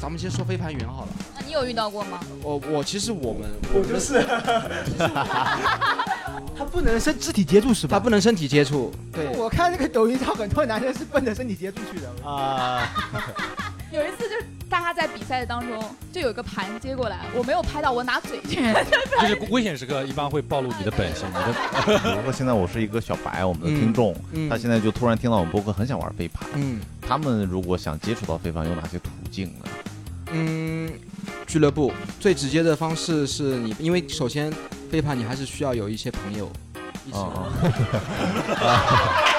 咱们先说飞盘员好了。那你有遇到过吗？我哦我其实我们我就是 他不能身肢体接触是吧？他不能身体接触，对。我看那个抖音上很多男生是奔着身体接触去 的啊。有一次就是大家在比赛的当中，就有一个盘接过来，我没有拍到，我拿嘴去。就是危险时刻一般会暴露你的本性，你的 比如说现在我是一个小白，我们的听众，嗯嗯他现在就突然听到我们播客，很想玩飞盘。嗯，他们如果想接触到飞盘，有哪些途径呢？嗯，俱乐部最直接的方式是你，因为首先飞盘你还是需要有一些朋友一起玩。啊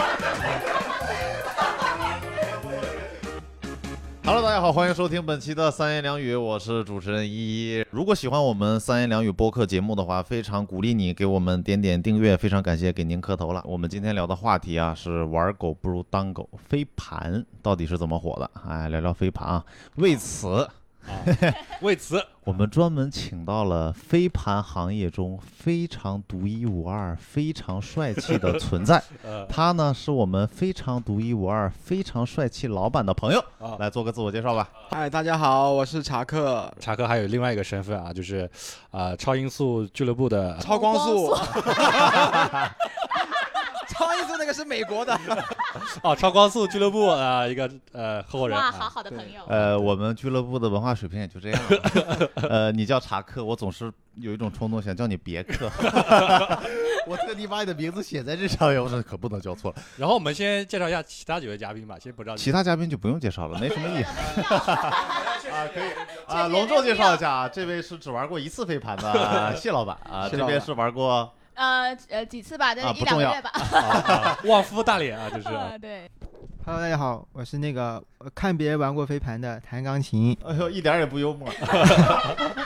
Hello，大家好，欢迎收听本期的三言两语，我是主持人依依。如果喜欢我们三言两语播客节目的话，非常鼓励你给我们点点订阅，非常感谢给您磕头了。我们今天聊的话题啊是玩狗不如当狗，飞盘到底是怎么火的？哎，聊聊飞盘啊。为此，嗯为此，我们专门请到了飞盘行业中非常独一无二、非常帅气的存在呃。他呢是我们非常独一无二、非常帅气老板的朋友。来做个自我介绍吧。嗨，大家好，我是查克。查克还有另外一个身份啊，就是，呃，超音速俱乐部的 超光速， 超音速那个是美国的。哦，超光速俱乐部呃一个呃合伙人。哇，啊好好的朋友，呃，我们俱乐部的文化水平也就这样了。 呃，你叫查克，我总是有一种冲动想叫你别克。 我特地把你的名字写在这上面，我说可不能叫错了。然后我们先介绍一下其他几位嘉宾吧，先不着急。其他嘉宾就不用介绍了，没什么意思。 啊， 可以啊，确实隆重介绍一下啊，这位是只玩过一次飞 盘的谢老板啊，谢这老板边是玩过呃呃，几次吧，就是啊一不两重个要月吧。啊旺夫大脸啊，就 是呃， 对， Hello，大家好，我是那个呃看别人玩过飞盘的，弹钢琴。哎呦，一点也不幽默。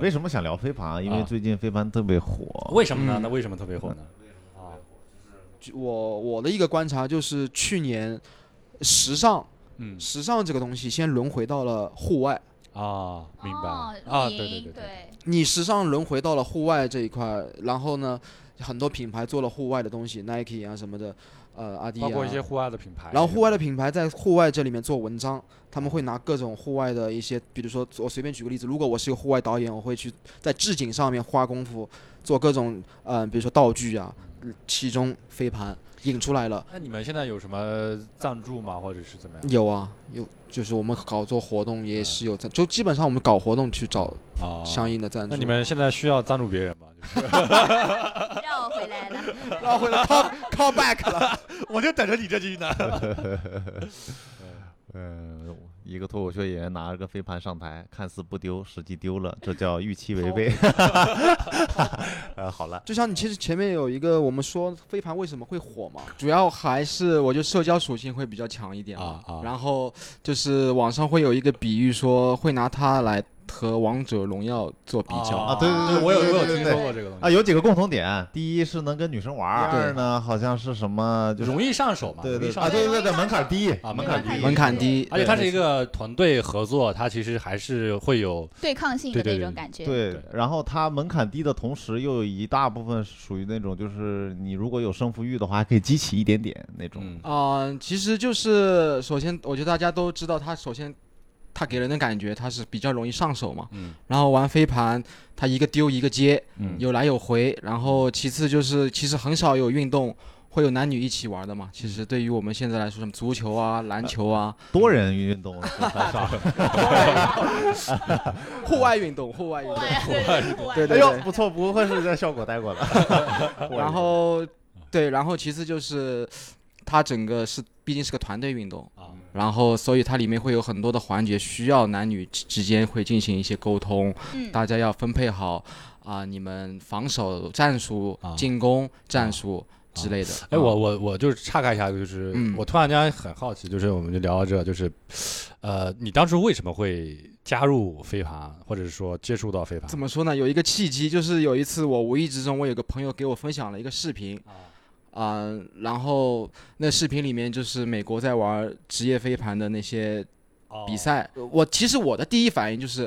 为什么想聊飞盘啊？因为啊最近飞盘特别火。为什么呢？那为什么特别火呢？嗯啊就我我的一个观察就是，去年时尚，嗯时尚这个东西先轮回到了户外。啊，明白哦了啊，云对对对对，对，你时尚轮回到了户外这一块，然后呢，很多品牌做了户外的东西，Nike 啊什么的，呃，阿迪包括一些啊。户外的品牌。然后户外的品牌在户外这里面做文章，他们会拿各种户外的一些，比如说我随便举个例子，如果我是一个户外导演，我会去在置景上面花功夫，做各种嗯、呃比如说道具啊，其中飞盘引出来了。那你们现在有什么赞助吗？或者是怎么嗯样？有啊，有，就是我们搞做活动也是有赞，就基本上我们搞活动去找啊，相应的赞助。那你们现在需要赞助别人吗？就是绕回来了。绕回来 call call back 了。 我就等着你这句 呢。嗯，一个脱口秀演员拿着个飞盘上台，看似不丢，实际丢了，这叫预期违背。 呃，好了，就像你其实前面有一个我们说飞盘为什么会火嘛，主要还是我觉得社交属性会比较强一点嘛啊啊然后就是网上会有一个比喻说会拿它来和王者荣耀做比较。啊对对对我有对对我有对听对说过这个东西 啊，有几个共同点，第一是能跟女生玩儿，第对二呢好像是什么就是容易上手嘛，啊对容易对上啊，手。对对对，门槛低啊门槛低门槛低，而且它是一个团队合作，它其实还是会有 对抗性的对对那对种感觉。对，然后它门槛低的同时，又有一大部分属于那种，就是你如果有胜负欲的话，还可以激起一点点那种。嗯啊、其实就是首先，我觉得大家都知道，它首先它给人的感觉它是比较容易上手嘛。嗯然后玩飞盘，它一个丢一个接，嗯有来有回。然后其次就是，其实很少有运动会有男女一起玩的嘛。其实对于我们现在来说，什么足球啊、篮球啊，多人运动是吧 户外运动，户外运户动。外，对户外，对 哎对呦，对。不错，不愧是在效果待过的。 然后，对，然后其次就是，它整个是毕竟是个团队运动，啊，然后，所以它里面会有很多的环节需要男女之之间会进行一些沟通，嗯大家要分配好啊、你们防守战术、啊进攻战术之类的。哎，我我我就是岔开一下，就是、嗯我突然间很好奇，就是我们就聊到这，就是，呃，你当初为什么会加入飞盘，或者是说接触到飞盘怎？么说呢？有一个契机，就是有一次我无意之中，我有个朋友给我分享了一个视频，啊、然后那视频里面就是美国在玩职业飞盘的那些比赛，我其实我的第一反应就是，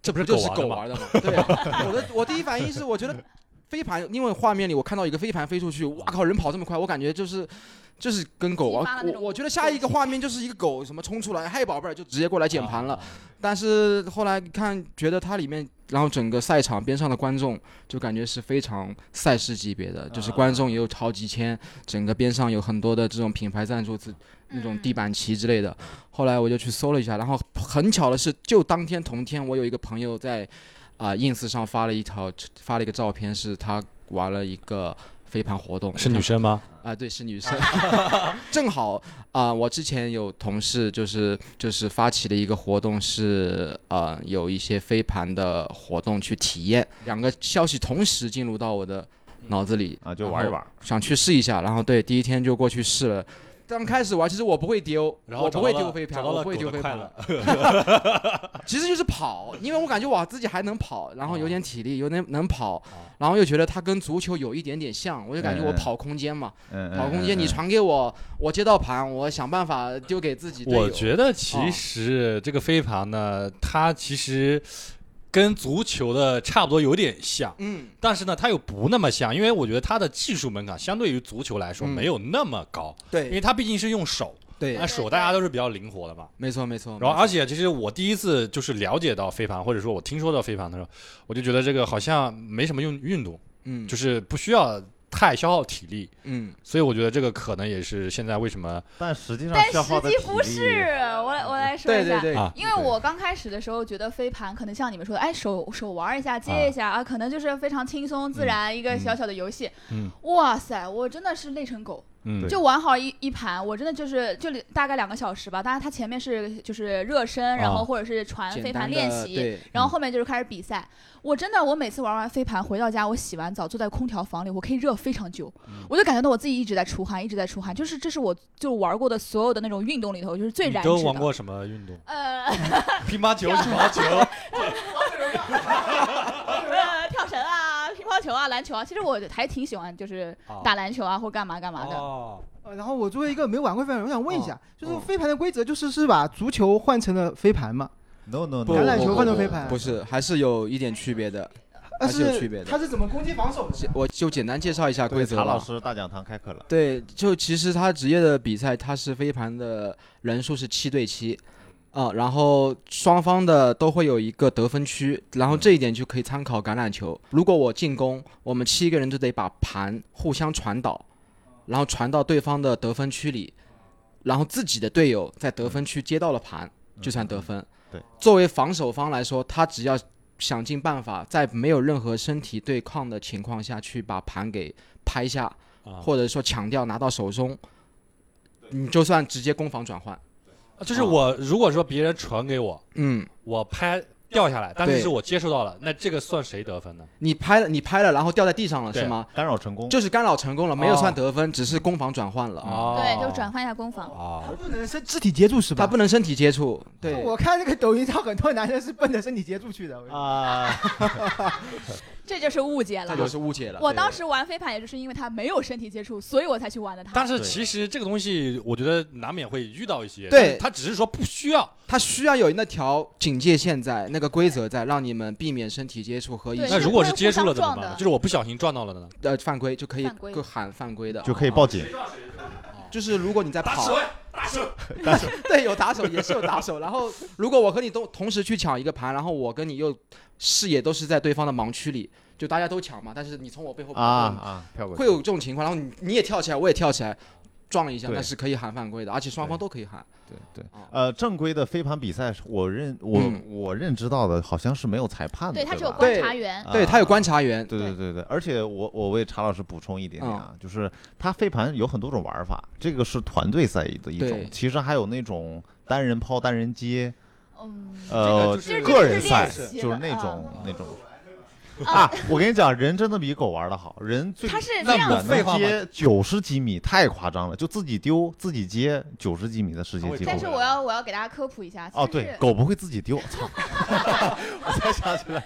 这啊哦这不是就狗是玩的狗吗玩的吗？对啊，我的我第一反应是我觉得飞盘，因为画面里我看到一个飞盘飞出去，哇靠，人跑这么快，我感觉就是就是跟狗激发啊了，那我种我觉得下一个画面就是一个狗什么冲出来，嗨宝贝儿就直接啊过来捡盘了。但是后来看，觉得它里面，然后整个赛场边上的观众就感觉是非常赛事级别的，就是观众也有好几千，整个边上有很多的这种品牌赞助，自那种地板旗之类的。后来我就去搜了一下，然后很巧的是，就当天同天，我有一个朋友在啊、ins 上发了一条发了一个照片，是他玩了一个飞盘活动，是女生吗？啊，对，是 女生，正好啊、我之前有同事就是就是发起了一个活动是，啊有一些飞盘的活动去体验，两个消息同时进入到我的脑子里啊，就玩然一，后玩。想去试一下，然后对，第一天就过去试了。刚开始玩，其实我不会丢，然后我找不到会了丢飞找盘，到我了不会狗丢的飞快盘乐， 其实就是跑，因为我感觉哇自己还能跑，然后有啊点体力，有点能跑哦，然后又觉得它跟足球有一点点像，我就感觉哎我嗯嗯跑空间嘛，嗯，嗯跑空间，你。传给我，我接到盘，我想办法丢给自己队友。我觉得啊其实这个飞盘呢，它其实跟足球的差不多有点像，嗯，但是呢，它又不那么像，因为我觉得它的技术门槛相对于足球来说嗯没有那么高，因为对它毕竟是用手，对那，手大家都是比较灵活的嘛。没错没错。然后，没而且其实我第一次就是了解到飞盘，或者说我听说到飞盘的时候，我就觉得这个好像没什么用运动，错嗯就是是不需要太消耗体力，嗯，所以我觉得这个可能也是现在为什么但实际上但消耗实的际体不力是，我来我来说对一下对。对，啊因为我刚开始的时候觉得飞盘可能像你们说的，哎，手手玩一下，接一下啊，可能就是非常轻松自然一个小小的游戏。嗯哇塞，我真的是累成狗，嗯就玩好一一盘，我真的就是就大概两个小时吧。当然，它前面是就是热身，然后或者是传啊简飞单盘的练习，对，嗯然后后面就是开始比赛。我真的，我每次玩完飞盘回到家，我洗完澡坐在空调房里，我可以热非常久，嗯我就感觉到我自己一直在出汗，一直在出汗。就是这是我就玩过的所有的那种运动里头，就是最你燃都脂玩的。过什么运动？呃， 乒乓球、羽毛球，呃，跳绳啊，乒乓球啊，篮球啊，其实我还挺喜欢，就是啊打篮球啊，或干嘛干嘛的。哦，呃然后我作为一个没玩过飞盘，我想问一下，就是嗯飞盘的规则就是是把足球换成了飞盘嘛？ No No 不 No，橄榄不球不换成不飞盘不是，还是有一点区别的。还但是有区别的它是怎么攻击防守的呢？我就简单介绍一下规对，则查老吧。师大讲堂开课了。对，就其实他职业的比赛，他是飞盘的人数是七对七，嗯啊、然后双方的都会有一个得分区，然后这一点就可以参考橄榄球。如果我进攻，我们七个人就得把盘互相传导，然后传到对方的得分区里，然后自己的队友在得分区接到了盘，就算得分。嗯对，作为防守方来说，他只要想尽办法，在没有任何身体对抗的情况下去把盘给拍下。啊或者说抢掉拿到手中，你就算直接攻防转换，就是我如果说别人传给我，嗯，我拍掉下来，但对是是我接收到了，那这个算谁得分呢？你拍了你拍了，然后掉在地上了对是吗？干扰成功，就是干扰成功了，没有算得分，只是攻防转换了。啊哦，对，就转换一下攻哦防。它啊，不能是肢体接触是吧？他不能身体接触，对，我看那个抖音上很多男生是奔着身体接触去的。我 啊，这就是误解这。了就是误解了。我当时玩飞盘也就是因为它没有身体接触，所以我才去玩的它。但是其实这个东西，我觉得难免会遇到一些，对他只是说不需要，他需要有那条警戒线在，那个规则在，让你们避免身体接触和一对那些是如果会是互接触相了怎么撞办呢？的就是我不小心撞到了呢？ 呃犯规就可以犯规各喊犯规的，就可以啊报。警。就是如果你在跑， 对，有打手也是有打手。然后如果我和你都同时去抢一个盘，然后我跟你又视野都是在对方的盲区里，就大家都抢嘛，但是你从我背后跑啊啊，跳过去会有这种情况。然后你你也跳起来，我也跳起来，撞一下，对那是可以喊犯规的，而且双方都可以喊。对对啊，呃，正规的飞盘比赛是，我认我、嗯我认知到的好像是没有裁判的，对，对它吧，只有关观察员。啊对他有观察员，对对对对，而且我我为查老师补充一点点啊，就是它飞盘有很多种玩法，这个是团队赛的一对种，其实还有那种单人抛、单人接，嗯，呃，这个就是个人赛这个是练习的嗯就是那种、那种。啊！我跟你讲，人真的比狗玩的好，人最它是那这样么子，废能话吗接九十几米，太夸张了，就自己丢自己接九十几米的世界他会纪录。但是我要我要给大家科普一下。哦，其实对是，狗不会自己丢，操！我才想起来，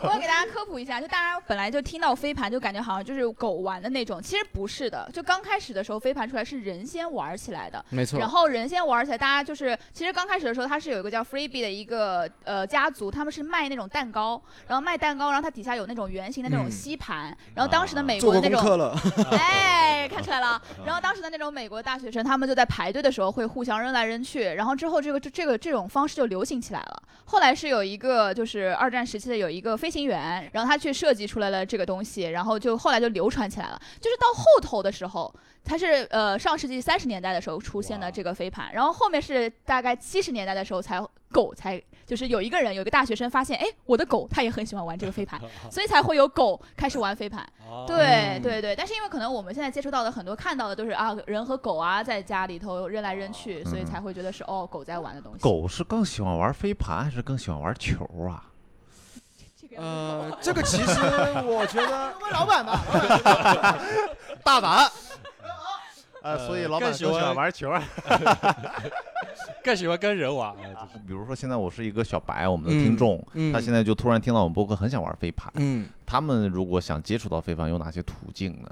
我要给大家科普一下，就大家本来就听到飞盘就感觉好像就是狗玩的那种，其实不是的。就刚开始的时候，飞盘出来是人先玩起来的。没错然。后人先玩起来，大家就是其实刚开始的时候，它是有一个叫 Freebie 的一个呃家族，他们是卖那种蛋糕，然后卖蛋糕，然后它底下下有那种圆形的那种嗯吸盘，然后当时的美做国过功的那种课了，哎，看出来了。然后当时的那种美国大学生，他们就在排队的时候会互相扔来扔去，然后之后这个这这个这种方式就流行起来了。后来是有一个就是二战时期的有一个飞行员，然后他去设计出来了这个东西，然后就后来就流传起来了。就是到后头的时候，它是呃上世纪三十年代的时候出现的这个飞盘，然后后面是大概七十年代的时候才狗才就是有一个人有一个大学生发现，哎，我的狗它也很喜欢玩这个飞盘，所以才会有狗开始玩飞盘。哦对嗯对对，但是因为可能我们现在接触到的很多看到的都是啊人和狗啊在家里头扔来扔去，所以嗯才会觉得是哦狗在玩的东西。狗是更喜欢玩飞盘还是更喜欢玩球啊？这个呃，这个其实我觉得问老板吧，大胆！呃，所以老板更喜欢玩球啊。更喜欢跟人玩啊，就是比如说，现在我是一个小白，我们的嗯听众， 嗯他现在就突然听到我们播客，很想玩飞盘。嗯他们如果想接触到飞盘，有哪些途径呢？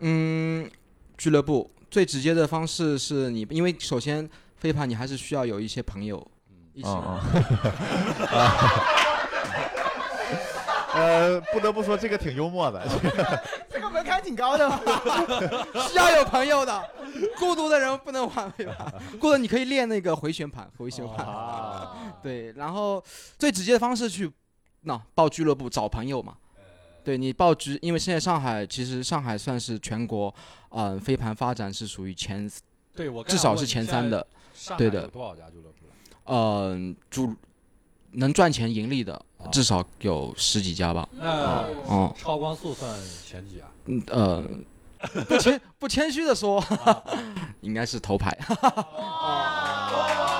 嗯，俱乐部最直接的方式是你，因为首先飞盘你还是需要有一些朋友嗯一起。啊啊！嗯 呃，不得不说，这个挺幽默的。嗯这个门槛挺高的嘛。 需要有朋友的，孤独的人不能玩飞盘。孤独你可以练那个回旋盘，回旋盘。啊， 对，然后最直接的方式去，那、报俱乐部找朋友嘛。呃对你报局，因为现在上海其实上海算是全国，嗯、飞盘发展是属于前，对我刚至想少问是你前现在三的。上对海的有多少家俱乐部了？嗯、主能赚钱盈利的哦至少有十几家吧。那嗯超光速算前几啊？嗯呃，不谦不谦虚的说， 应该是头牌。 哦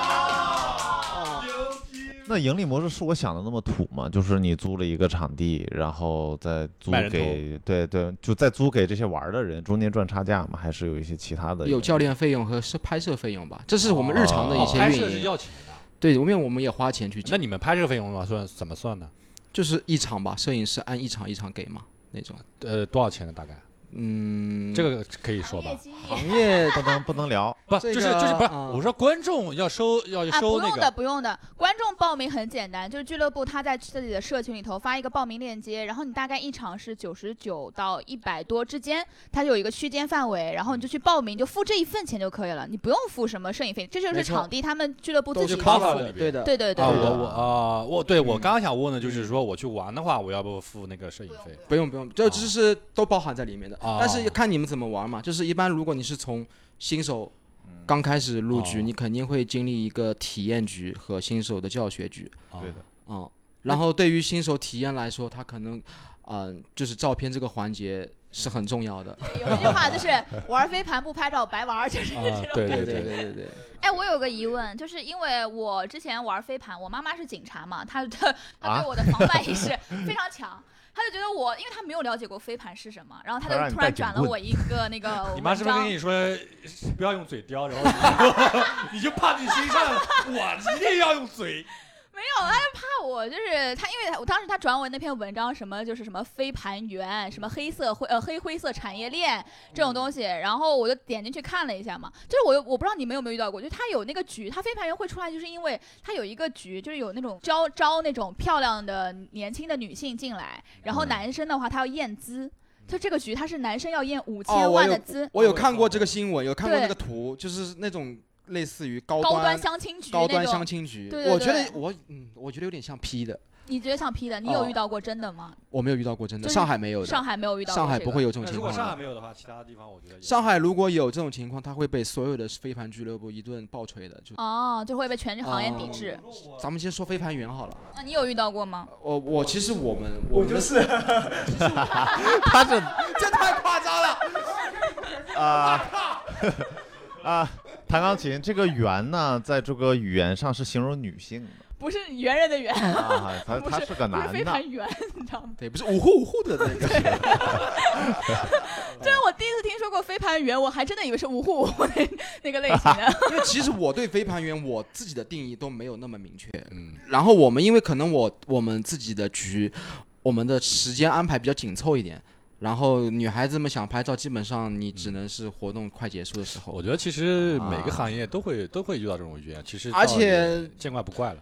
那盈利模式是我想的那么土吗？就是你租了一个场地，然后再租卖人给对对，就再租给这些玩儿的人，中间赚差价吗？还是有一些其他的？有教。练费用和是拍摄费用吧，这是我们日常的一哦些拍摄运是营。要钱的，对，因为我们也花钱去那请，你们拍摄费用嘛算怎么算呢？就是一场吧，摄影师按一场一场给嘛那种。呃，多少钱呢？大概嗯，这个可以说行业吧？经行理。业不能不能聊，不，这就是个就是不是？嗯我说观众要收要啊，收不那用的，个不用的。观众报名很简单，就是俱乐部他在自己的社群里头发一个报名链接，然后你大概一场是九十九到一百多之间，它有一个区间范围，然后你就去报名，就付这一份钱就可以了，你不用付什么摄影费，这就没是错场地他们俱乐部都自是己 cover 的，的对的。对对对啊，对我的我啊，我对我嗯刚想问的就是说，我去玩的话，我要不付那个摄影费？不用不用，就就是都包含在里面的，哦但是看你们怎么玩嘛。就是一般如果你是从新手刚开始入局，嗯哦你肯定会经历一个体验局和新手的教学局。啊对的， 嗯，然后对于新手体验来说，他可能，嗯、就是照片这个环节是很重要的。有一句话就是玩飞盘不拍照白玩，就是这啊种。，对对嗯对对，对对，哎，我有个疑问，就是因为我之前玩飞盘，我妈妈是警察嘛，她 她她啊对我的防范意识 非常强。她就觉得我，因为她没有了解过飞盘是什么，然后她她让就你突带然警转了棍我一个那个 你妈文是不是章跟你说哎不要 用嘴叼，然后你你就怕你心上了，我一定要用嘴。没有，他就怕我，就是他，因为我当时他转我那篇文章，什么就是什么飞盘员，什么黑色灰呃黑灰色产业链这种东西，然后我就点进去看了一下嘛。就是我又我不知道你们有没有遇到过，就是他有那个局，他飞盘员会出来，就是因为他有一个局，就是有那种招招那种漂亮的年轻的女性进来，然后嗯男生的话他要验资，就这个局他是男生要验五哦千我万有的资，我有看过这个新闻，有看过对那个图，就是那种类似于高高端端相亲局高那端相种。亲局。对对我觉对得我嗯，我觉得有点像 P 的，你觉得像 P 的，你有哦遇到过真的吗？我没有遇到过，真的，就是上海没有的，上海没有遇到过、这上海不个会 有这种情如况果的。上海没有的话，其他地方我觉得也上海如果有这种情况，他会被所有的飞盘俱乐部一顿暴锤的。就哦，就会被全行业哦抵制。咱们先说飞盘员好了，那你有遇到过吗？我我其实我们我们的是他是这太夸张了。啊啊，弹钢琴这个“圆”呢，在这个语言上是形容女性不是猿人的猿，的啊，他不他是个嗯不是男飞的。盘猿，你知道吗？对，不是五户五户的那个。 这是我第一次听说过飞盘猿，我还真的以为是五户五户那那个类型 的。因为其实我对飞盘员我自己的定义都没有那么明确。嗯，然后我们因为可能我我们自己的局，我们的时间安排比较紧凑一点。然后女孩子们想拍照，基本上你只能是活动快结束的时候嗯我。觉得其实每个行业都会都会遇到这种语言，其实啊而倒且也见怪不怪了。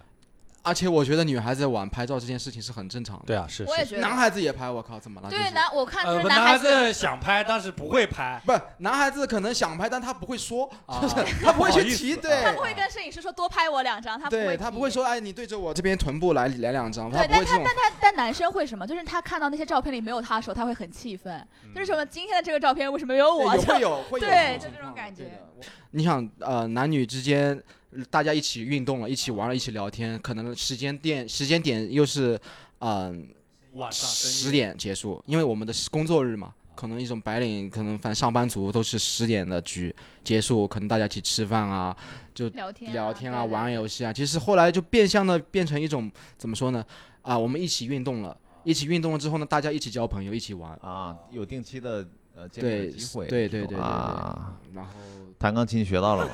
而且我觉得女孩子晚拍照这件事情是很正常的，对啊，是我也是。觉得男孩子也拍，我靠，怎么了？就对是男，我看就呃，是男孩孩子想拍，但是不会拍。不，男孩子可能想拍，但他不会说，啊就是 他不会不好意去思提，啊对他不会跟摄影师说多拍我两张，他不会对提他不会。说，哎，你对着我这边臀部来来两张，他对，不但会这他种但。他但男生会什么？就是他看到那些照片里没有他的时候，他会很气愤。嗯就是嗯什么今天的这个照片为什么没有我？对有会有会有对种就情这种况感对觉的我你想，呃，男女之间呃大家一起运动了，一起玩了，一起聊天，可能时间点时间点又是，嗯、晚上十点结束，因为我们的工作日嘛，可能一种白领，可能反正上班族都是十点的局结束，可能大家一起吃饭啊， 聊天聊天啊，对对玩游戏啊，其实后来就变相的变成一种怎么说呢？啊，我们一起运动了，一起运动了之后呢，大家一起交朋友，一起玩，啊，有定期的呃见面对的机会，对对对对啊，然后弹钢琴学到 了吧？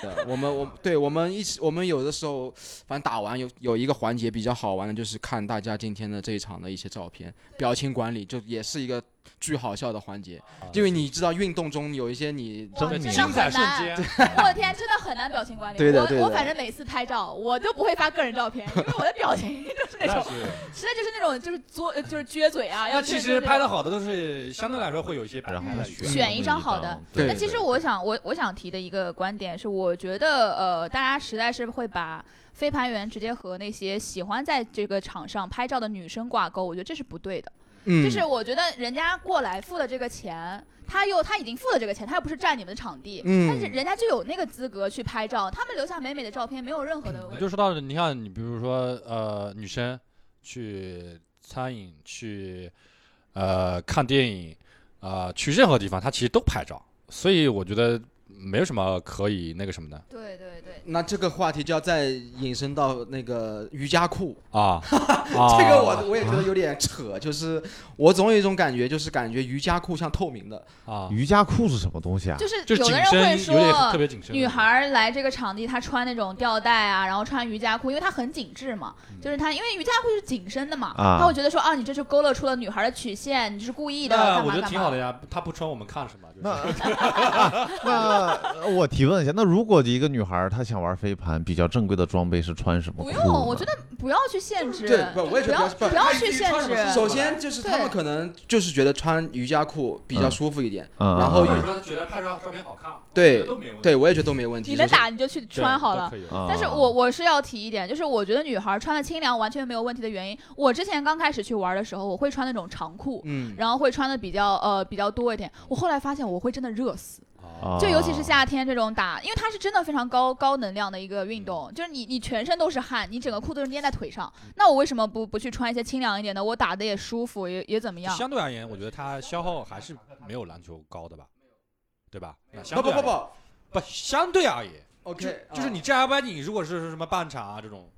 对，我们我对我们一起，我们有的时候反正打完有有一个环节比较好玩的，就是看大家今天的这一场的一些照片，表情管理就也是一个巨好笑的环节，因为你知道运动中有一些你狰狞对真的精彩很瞬难间，我的天，真的很难表情管理。对的对的我我反正每次拍照，我都不会发个人照片，因为我的表情就是 那那种，是。实在就是那种就是作呃就是撅嘴啊。要那其是实拍的。好的都是相对来说会有一些白然后拍还的选余地选一张好的对那其实我想，我我想提的一个观点是，我觉得呃，大家实在是会把飞盘员直接和那些喜欢在这个场上拍照的女生挂钩，我觉得这是不对的。嗯，就是我觉得人家过来付了这个钱，他又他已经付了这个钱，他又不是占你们的场地，嗯但是人家就有那个资格去拍照，他们留下美美的照片没有任何的问你题。就说到你像你比如说呃女生去餐饮去呃看电影啊、呃去任何地方，她其实都拍照，所以我觉得没有什么可以那个什么的对对对，那这个话题就要再引申到那个瑜伽裤，啊。 这这个我我也觉得有点扯，就是我总有一种感觉，就是感觉瑜伽裤像透明的，啊，瑜伽裤是什么东西啊？就是就有紧的人身会有点特说。别紧身。女孩儿来这个场地，她穿那种吊带啊，然后穿瑜伽裤，因为她很紧致嘛，嗯就是她，因为瑜伽裤是紧身的嘛，啊她会觉得说啊，你这是勾勒出了女孩的曲线，你这是故意的，干那嘛我觉得干挺嘛好的呀，她不穿我们看什么？就是那那呃我提问一下，那如果一个女孩儿她想玩飞盘，比较正规的装备是穿什么不裤用，呢我觉得不要去限制，对不我也觉得要不要不要去限穿什么制，是首先就是他对们可能就是觉得穿瑜伽裤比较嗯舒服一点，嗯然后嗯说觉得拍照照片好看，对都没有问题对我也觉得都没问题。你能首先打你就去穿好了。。对都可以啊但是我我是要提一点，就是我觉得女孩穿的清凉完全没有问题的原因，我之前刚开始去玩的时候，我会穿那种长裤，嗯，然后会穿的比较呃比较多一点。我后来发现我会真的热死，啊啊就尤其是夏天这种打，因为它是真的非常高高能量的一个运动，就是你你全身都是汗，你整个裤都是粘在腿上。那我为什么不不去穿一些清凉一点的？我打的也舒服，也也怎么样？相对而言，我觉得它消耗还是没有篮球高的吧，对吧？那啊相不不对不而言不不，相对啊而言， ，OK，啊就是你正儿八经，如果是什么半场啊这种，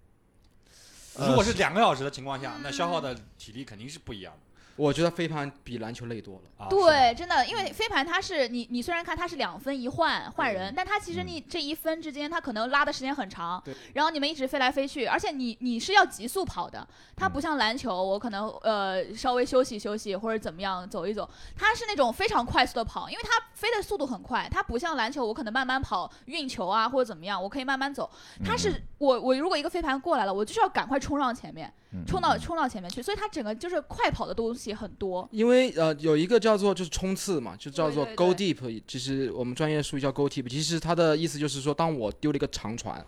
呃如果是两个小时的情况下，那消耗的体力肯定是不一样的我觉得飞盘比篮球累多了。啊。对，真的，因为飞盘它是你，你虽然看它是两分一换换人，但它其实嗯你这一分之间，它可能拉的时间很长对，然后你们一直飞来飞去，而且你你是要急速跑的，它不像篮球，我可能呃稍微休息休息或者怎么样走一走，它是那种非常快速的跑，因为它飞的速度很快，它不像篮球，我可能慢慢跑运球啊或者怎么样，我可以慢慢走，它是我我如果一个飞盘过来了，我就是要赶快冲上前面，嗯冲到冲到前面去，所以它整个就是快跑的东西很多，因为呃，有一个叫做就是冲刺嘛，就叫做对对 go deep，其实我们专业术语叫 go deep，其实它的意思就是说，当我丢了一个长传，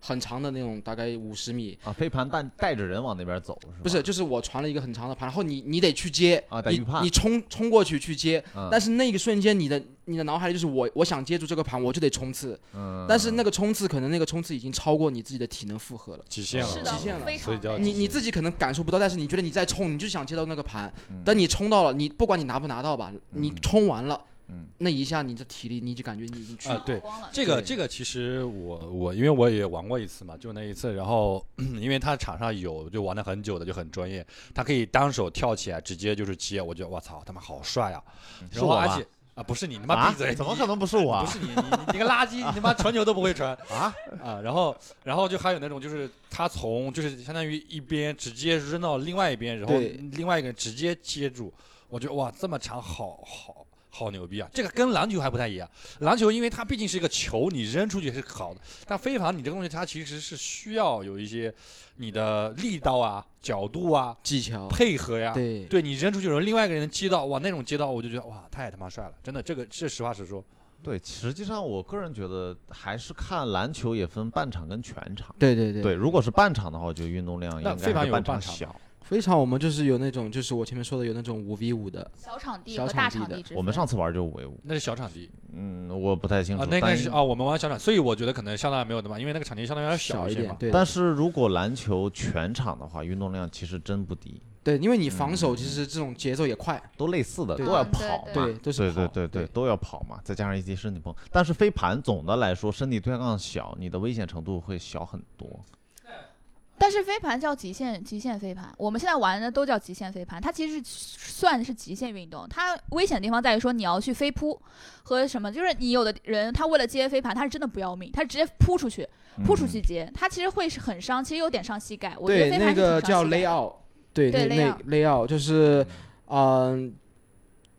很长的那种，大概五十米，啊，飞盘带带着人往那边走是吧？不是，就是我传了一个很长的盘，然后你你得去接啊得你预判你冲冲过去去接，嗯，但是那个瞬间，你的你的脑海里就是我我想接住这个盘，我就得冲刺，嗯但是那个冲刺可能那个冲刺已经超过你自己的体能负荷了。极限了，是的极限了非所以常就要累你你自己可能感受不到，但是你觉得你在冲，你就想接到那个盘。嗯等你冲到了，你不管你拿不拿到吧，你冲完了，嗯那一下你的体力，你就感觉你已经去。啊对光了这个对这个其实我我因为我也玩过一次嘛，就那一次，然后 因为他场上有就玩的很久的就很专业，他可以单手跳起来直接就是接，我觉得我操他妈好帅啊！嗯是然后我而吧且啊不是你他妈啊闭嘴，，怎么你可能不是我不啊？是你，你你你个垃圾，你他妈传球都不会 传啊啊！然后然后就还有那种就是他从就是相当于一边直接扔到另外一边，然后对另外一个人直接接住，我觉得哇这么长好好好牛逼啊！这个跟篮球还不太一样，篮球因为它毕竟是一个球，你扔出去是好的，但飞盘你这个东西它其实是需要有一些你的力道啊、角度啊、技巧，配合呀、对，对你扔出去有人另外一个人接到，哇，那种接到我就觉得哇，太他妈帅了，真的，这个是实话实说。对，实际上我个人觉得还是看篮球也分半场跟全场。对对对对，如果是半场的话，我觉得运动量应那该非凡是有半半场场小。非常我们就是有那种，就是我前面说的有那种五 v 五的，小场地小和大场地场的地之我们分上次玩就五 v 五，那是小场地嗯，我不太清楚。啊，那应该但是啊，我们玩小场，所以我觉得可能相当于没有那么，因为那个场地相当于要小呃一一些点嘛。。对的，但是如果篮球全场的话，运动量其实真不低，对，因为你防守其实这种节奏也快，都类似的，对都要嗯跑嘛。对，都是对对跑对对，都要跑嘛，再加上一些身体碰。但是飞盘总的来说，身体对抗小，你的危险程度会小很多。但是飞盘叫极限极限飞盘，我们现在玩的都叫极限飞盘，它其实是算是极限运动。它危险的地方在于说你要去飞扑和什么，就是你有的人他为了接飞盘，他是真的不要命，他直接扑出去，扑嗯出去接，他其实会是很伤，其实有点伤膝盖。我觉得对，飞那盘是个挺哦叫伤膝盖 lay 的。 out，对，对那那 layout lay out 就是，嗯、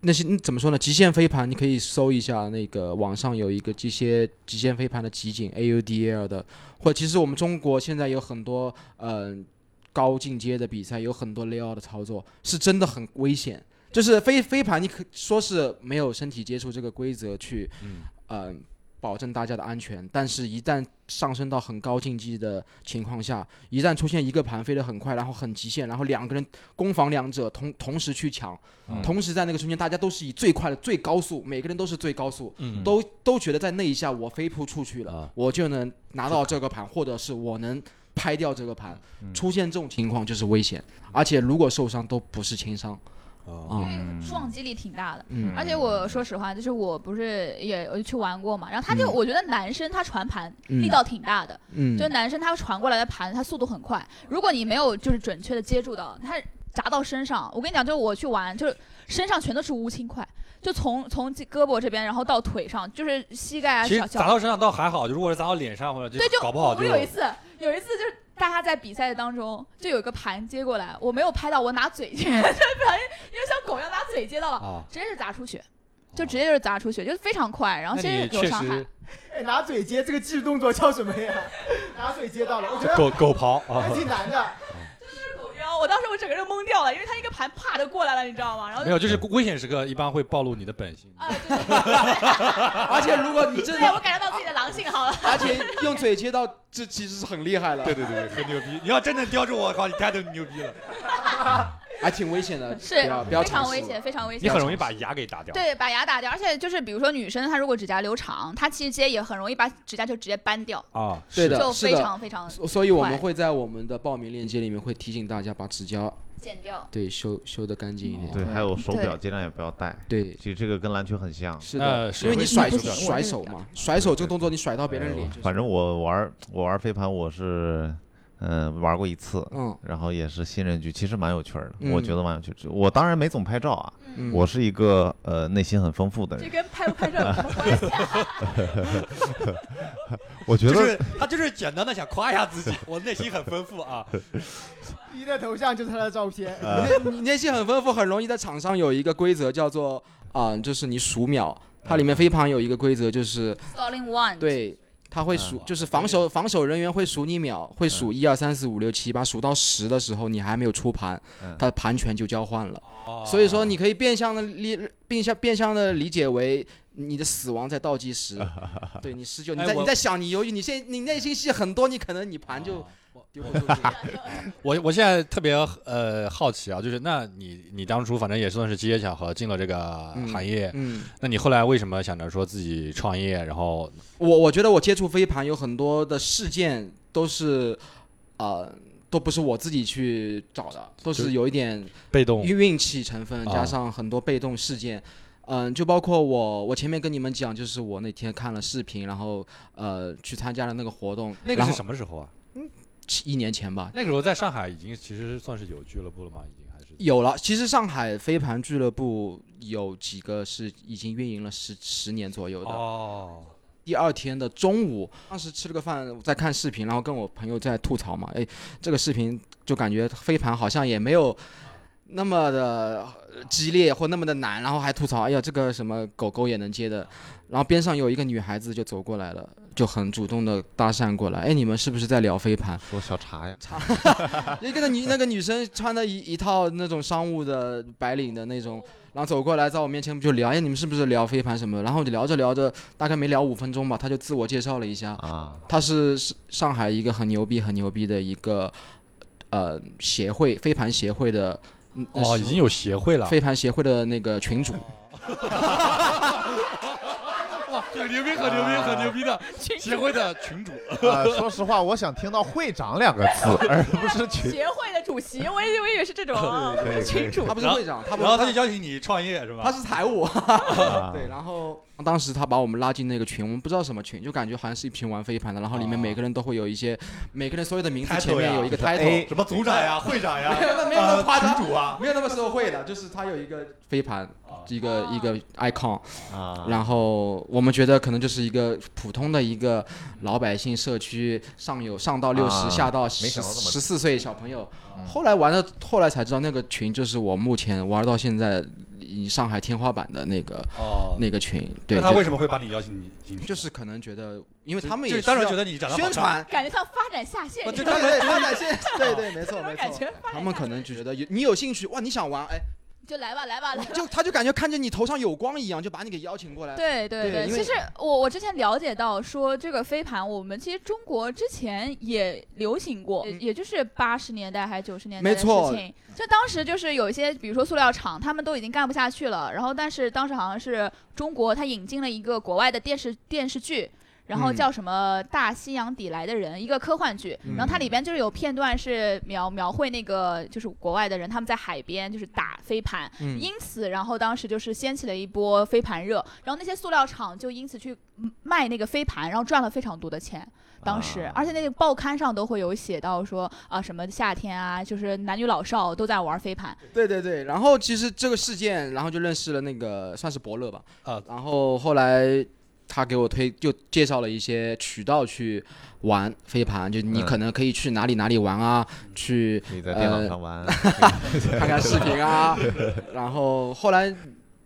那些嗯怎么说呢？极限飞盘，你可以搜一下那个网上有一个这些极限飞盘的集锦 AUDL 的，或者其实我们中国现在有很多嗯、高进阶的比赛，有很多 lay out 的操作，是真的很危险。就是飞飞盘，你可说是没有身体接触这个规则去嗯，嗯，保证大家的安全。但是，一旦上升到很高竞技的情况下，一旦出现一个盘飞得很快，然后很极限，然后两个人攻防两者同同时去抢，嗯同时在那个瞬间，大家都是以最快的最高速，每个人都是最高速，嗯都都觉得在那一下我飞扑出去了，啊我就能拿到这个盘，或者是我能。拍掉这个盘，嗯出现这种情况就是危险，而且如果受伤都不是轻伤啊哦啊、嗯撞击力挺大的，嗯而且我说实话，就是我不是也我就去玩过嘛，然后他就、嗯我觉得男生他传盘嗯力道挺大的，嗯，就男生他传过来的盘，他速度很快，如果你没有就是准确的接住到，他砸到身上，我跟你讲，就是我去玩，就是身上全都是乌青块，就从从胳膊这边，然后到腿上，就是膝盖啊，其小实砸小，到身上倒还好，就如果是砸到脸上或者对，就搞不好我就有一次，有一次就是大家在比赛当中，就有一个盘接过来，我没有拍到，我拿嘴 接，就不 小心，因为像狗一样拿嘴接到了，啊，直接就砸出血。就直接就是砸出血，就是非常快，然后那其实你有确伤害实。哎，拿嘴接这个技术动作叫什么 呀？拿嘴接到了，我觉得狗狗刨啊还。 挺难的。然后我当时我整个人懵掉了，因为他一个盘啪就过来了，你知道吗？然后没有，就是危险时刻一般会暴露你的本性。啊，对对对而且如果你真对，的我感觉到自己的狼性好了。而且用嘴接到，这其实是很厉害了，对对对，很牛逼！你要真的叼住我，靠，你太牛逼了！还挺危险的，是不要不要非常尝试危险，非常危你险。很容易把牙给打掉。对，把牙打掉，而且就是比如说女生她如果指甲留长，她其实接也很容易把指甲就直接掰掉，啊，对是的就是非常非常所所以我们会在我们的报名链接里面会提醒大家把指甲剪掉。对修修的干净一点。对，还有手对表尽量也不要戴，对，其实这个跟篮球很像。是呃的，谁因为会你甩手手表甩手嘛，甩手这个动作你甩到别人脸，反正我玩儿我玩儿飞盘，我是嗯、呃玩过一次，嗯然后也是新人局，其实蛮有趣儿的，嗯我觉得蛮有趣儿。我当然没总拍照啊，嗯，我是一个呃内心很丰富的这人，跟拍不拍照有什么关系？ 我觉就得是他就是简单的想夸一下自己，我内心很丰富 啊。一的头像就是他的照片，呃 你你内心很丰富，很容易在场上有一个规则叫做啊，就是你数秒，它里面飞盘有一个规则就是。 s a l l i n g one，， 对，他会数嗯，就是防守防守人员会数你秒，会嗯数一二三四五六七八，数到十的时候你还没有出盘嗯，他的盘权就交换了。哦所以说你可以变相的理，变相变相的理解为。你的死亡在倒计时，对你十九，你哎在我你在想，你由于你现你内心戏很多，你可能你盘哦就丢过去了。我我现在特别呃好奇啊，就是那你你当初反正也算是机缘巧合进了这个嗯行业，嗯，那你后来为什么想着说自己创业？然后我我觉得我接触飞盘有很多的事件都是，呃，都不是我自己去找的，都就是有一点被动运运气成分，啊加上很多被动事件。嗯，就包括我，我前面跟你们讲，就是我那天看了视频，然后呃去参加了那个活动，那个然是后什么时候啊？一年前吧，那个时候在上海已经其实算是有俱乐部了吗？已经还是有了。其实上海飞盘俱乐部有几个是已经运营了十十年左右的，哦，第二天的中午，当时吃了个饭，在看视频，然后跟我朋友在吐槽嘛，哎，这个视频就感觉飞盘好像也没有那么的呃激烈或那么的难，然后还吐槽，哎呀，这个什么狗狗也能接的。然后边上有一个女孩子就走过来了，就很主动的搭讪过来，哎，你们是不是在聊飞盘？说小茶呀，一个 女那个女生穿的一一套那种商务的白领的那种，然后走过来在我面前就聊，哎，你们是不是聊飞盘什么的？然后就聊着聊着，大概没聊五分钟吧，她就自我介绍了一下， 啊，他是是上海一个很牛逼、很牛逼的一个呃协会，飞盘协会的嗯哦，已经有协会了，飞盘协会的那个群主，哇，很牛逼，很牛逼，很牛逼的协会的群主。啊说实话，我想听到“会长”两个字，而不是群。协会的主席，我以为也是这种啊可以可以群主他不是会长，他不然后他就邀请你创 业是吧？他是财务，啊对，然后当时他把我们拉进那个群，我们不知道什么群，就感觉好像是一群玩飞盘的，然后里面每个人都会有一些，每个人所有的名字 Title 前面呀有一个 A title，什么组长呀、会长 呀、 没有那没有那么夸张群主啊，呃没有那么社会的，就是他有一个飞盘啊，一个一个 icon，啊然后我们觉得可能就是一个普通的一个老百姓社区，上有上到六十、啊下到没十想到那么十四岁小朋友。嗯后来玩了，后来才知道那个群就是我目前玩到现在以上海天花板的那个哦，那个群。对，那他就为什么会把你邀请你进去？就是可能觉得，因为他们就也是单纯需觉要得你长得好宣看，传，感觉像发展下线我，就对对，发 展线，对对，没错我没感错。觉发他展们下可能就觉得有你有兴趣哇，你想玩哎，就来吧来吧来吧。 就他就感觉看见你头上有光一样，就把你给邀请过来。对对对对，因为其实我我之前了解到说这个飞盘，我们其实中国之前也流行过，嗯也就是八十年代还是九十年代没的事错情。就当时就是有一些，比如说塑料厂，他们都已经干不下去了，然后但是当时好像是中国它引进了一个国外的电视电视剧。然后嗯叫什么《大西洋底来的人》，一个科幻剧。然嗯后它里边就是有片段是描描绘那个就是国外的人他们在海边就是打飞盘，嗯，因此，然后当时就是掀起了一波飞盘热，然后那些塑料厂就因此去嗯卖那个飞盘，然后赚了非常多的钱。当时，啊而且那个报刊上都会有写到说啊，什么夏天啊，就是男女老少都在玩飞盘。对对对，然后其实这个事件，然后就认识了那个算是伯乐吧，啊然后后来他给我推，就介绍了一些渠道去玩飞盘，就你嗯可能可以去哪里哪里玩啊，去你在呃电脑上 玩，看看视频啊， 然后后来，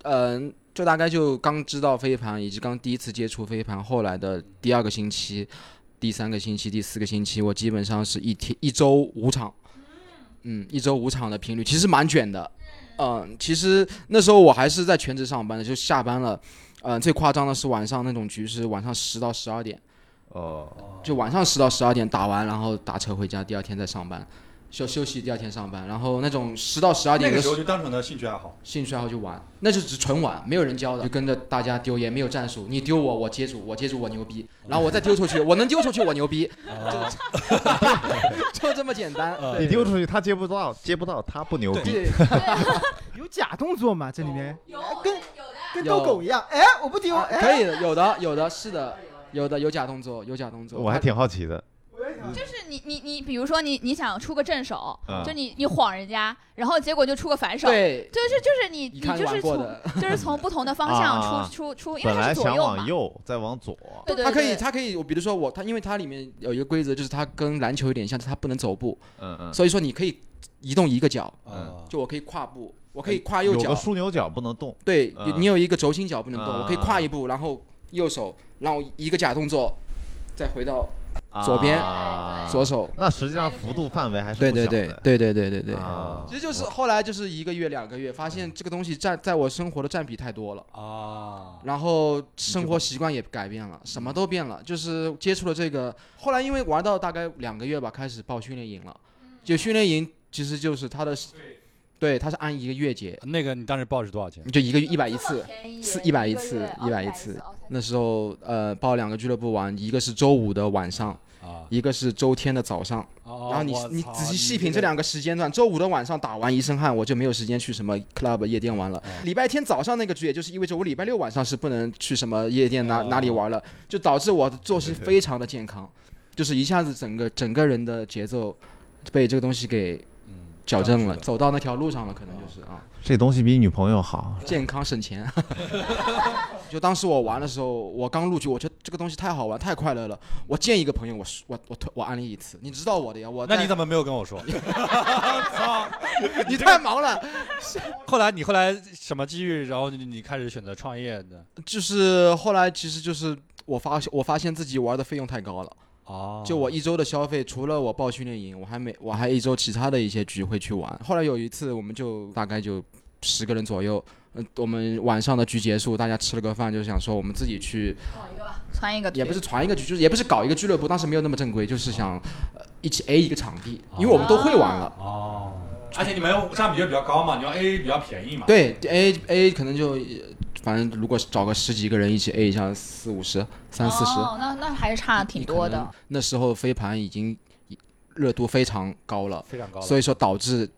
嗯、就大概就刚知道飞盘，以及刚第一次接触飞盘，后来的第二个星期、第三个星期、第四个星期，我基本上是一天一周五场，嗯，一周五场的频率，其实蛮卷的，嗯、其实那时候我还是在全职上班的，就下班了，嗯、最夸张的是晚上那种局是晚上十到十二点，哦，就晚上十到十二点打完，然后打车回家，第二天再上班。休休息，第二天上班，然后那种十到十二点那啊的个时候就单纯的兴趣爱 好。兴趣爱好去玩，那就只纯玩，没有人教的，就跟着大家丢，也没有战术，你丢我，我接住，我接住我牛 逼，然后我再丢出去，我能丢出去我牛逼，就这么 简单。啊你丢出去他接不到，接不到他不牛逼。对，啊 有假动作吗？这里面有跟跟有逗狗一样，哎，我不丢，啊哎，可以的，有的有的是的，有的有假动作，有假动作。我还挺好奇的，就是你你你，比如说你你想出个正手，嗯就你你晃人家，然后结果就出个反手。对，就是就是你你你看就是玩过从的， 就是从不同的方啊 啊向啊出出出，因为本它来是左想右嘛往。右，再往左，对对对，他可以对他可以，我比如说我他，因为它里面有一个规则，就是它跟篮球有点像，就是它不能走步，嗯嗯，所以说你可以移动一个脚，啊，就我可以跨步，我可以跨右有脚个，枢纽角不能动，对，嗯你你有一个轴心脚不能动，嗯我可以跨一步，然后右手，然后一个假动作，再回到左边啊左手。那实际上幅度范围还是对不对小对的对对对对对。啊嗯其实就是后来就是一个月两个月，发现这个东西占在我生活的占比太多了，啊，然后生活习惯也改变嗯了，什么都变了，就是接触了这个。后来因为玩到大概两个月吧，开始报训练营了，就训练营其实就是它的，对，它是按一个月结，那个你当时报是多少钱？就一个月一百一次。便宜四一百一个次月一百一100次哦才那时候呃报两个俱乐部玩，一个是周五的晚上，啊，哦一个是周天的早上。然然后你哦你仔细细品这两个时间段，周五的晚上打完一身汗，我就没有时间去什么 club 夜店玩了。哦礼拜天早上那个局，也就是意味着我礼拜六晚上是不能去什么夜店哪、哦哪里玩了，就导致我的作息对对对非常的健康，就是一下子整个整个人的节奏被这个东西给嗯矫正了，哦了走到那条路上了，可能就是啊，这东西比女朋友好，健康省钱。 就当时我玩的时候，我刚入局，我觉得这个东西太好玩，太快乐了。我见一个朋友，我我我推我安利一次，你知道我的呀，我那你在怎么没有跟我说？ 你太忙了，后来你后来什么机遇，然后你你开始选择创业的？就是后来其实就是我发现我发现自己玩的费用太高了，哦就我一周的消费，除了我报训练营，我还每我还一周其他的一些局会去玩。后来有一次，我们就大概就十个人左右，嗯，我们晚上的局结束，大家吃了个饭，就想说我们自己去，穿一个也不腿是传一个局，就是也不是搞一个俱乐部，当时没有那么正规，就是想呃一起 A 一个场地，因为我们都会玩了。哦，而且你们占比就比较高嘛，你要 A 比较便宜嘛。对 A A 可能就反正如果找个十几个人一起 A 一下，四五十、三四十。哦，那那还是差挺多的。。那时候飞盘已经热度非常高了，非常高了。所以说导致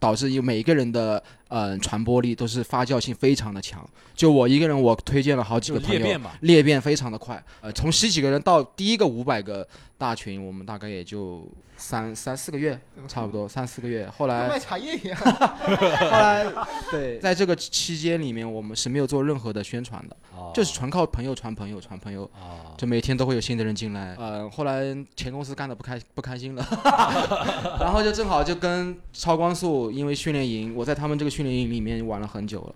导致有每一个人的嗯、呃传播力都是发酵性非常的强。就我一个人，我推荐了好几就个朋裂友，变嘛。裂变非常的快。呃，从十几个人到第一个五百个大群，我们大概也就三三四个月，差不多三四个月。后跟卖来茶叶一样。 后 来对，在这个期间里面，我们是没有做任何的宣传的，哦就是纯靠朋友传朋友传朋友。哦就每天都会有新的人进来。啊呃，后来前公司干的不开不开 心了，然后就正好就跟超光速，因为训练营，我在他们这个训练营里面玩了很久了，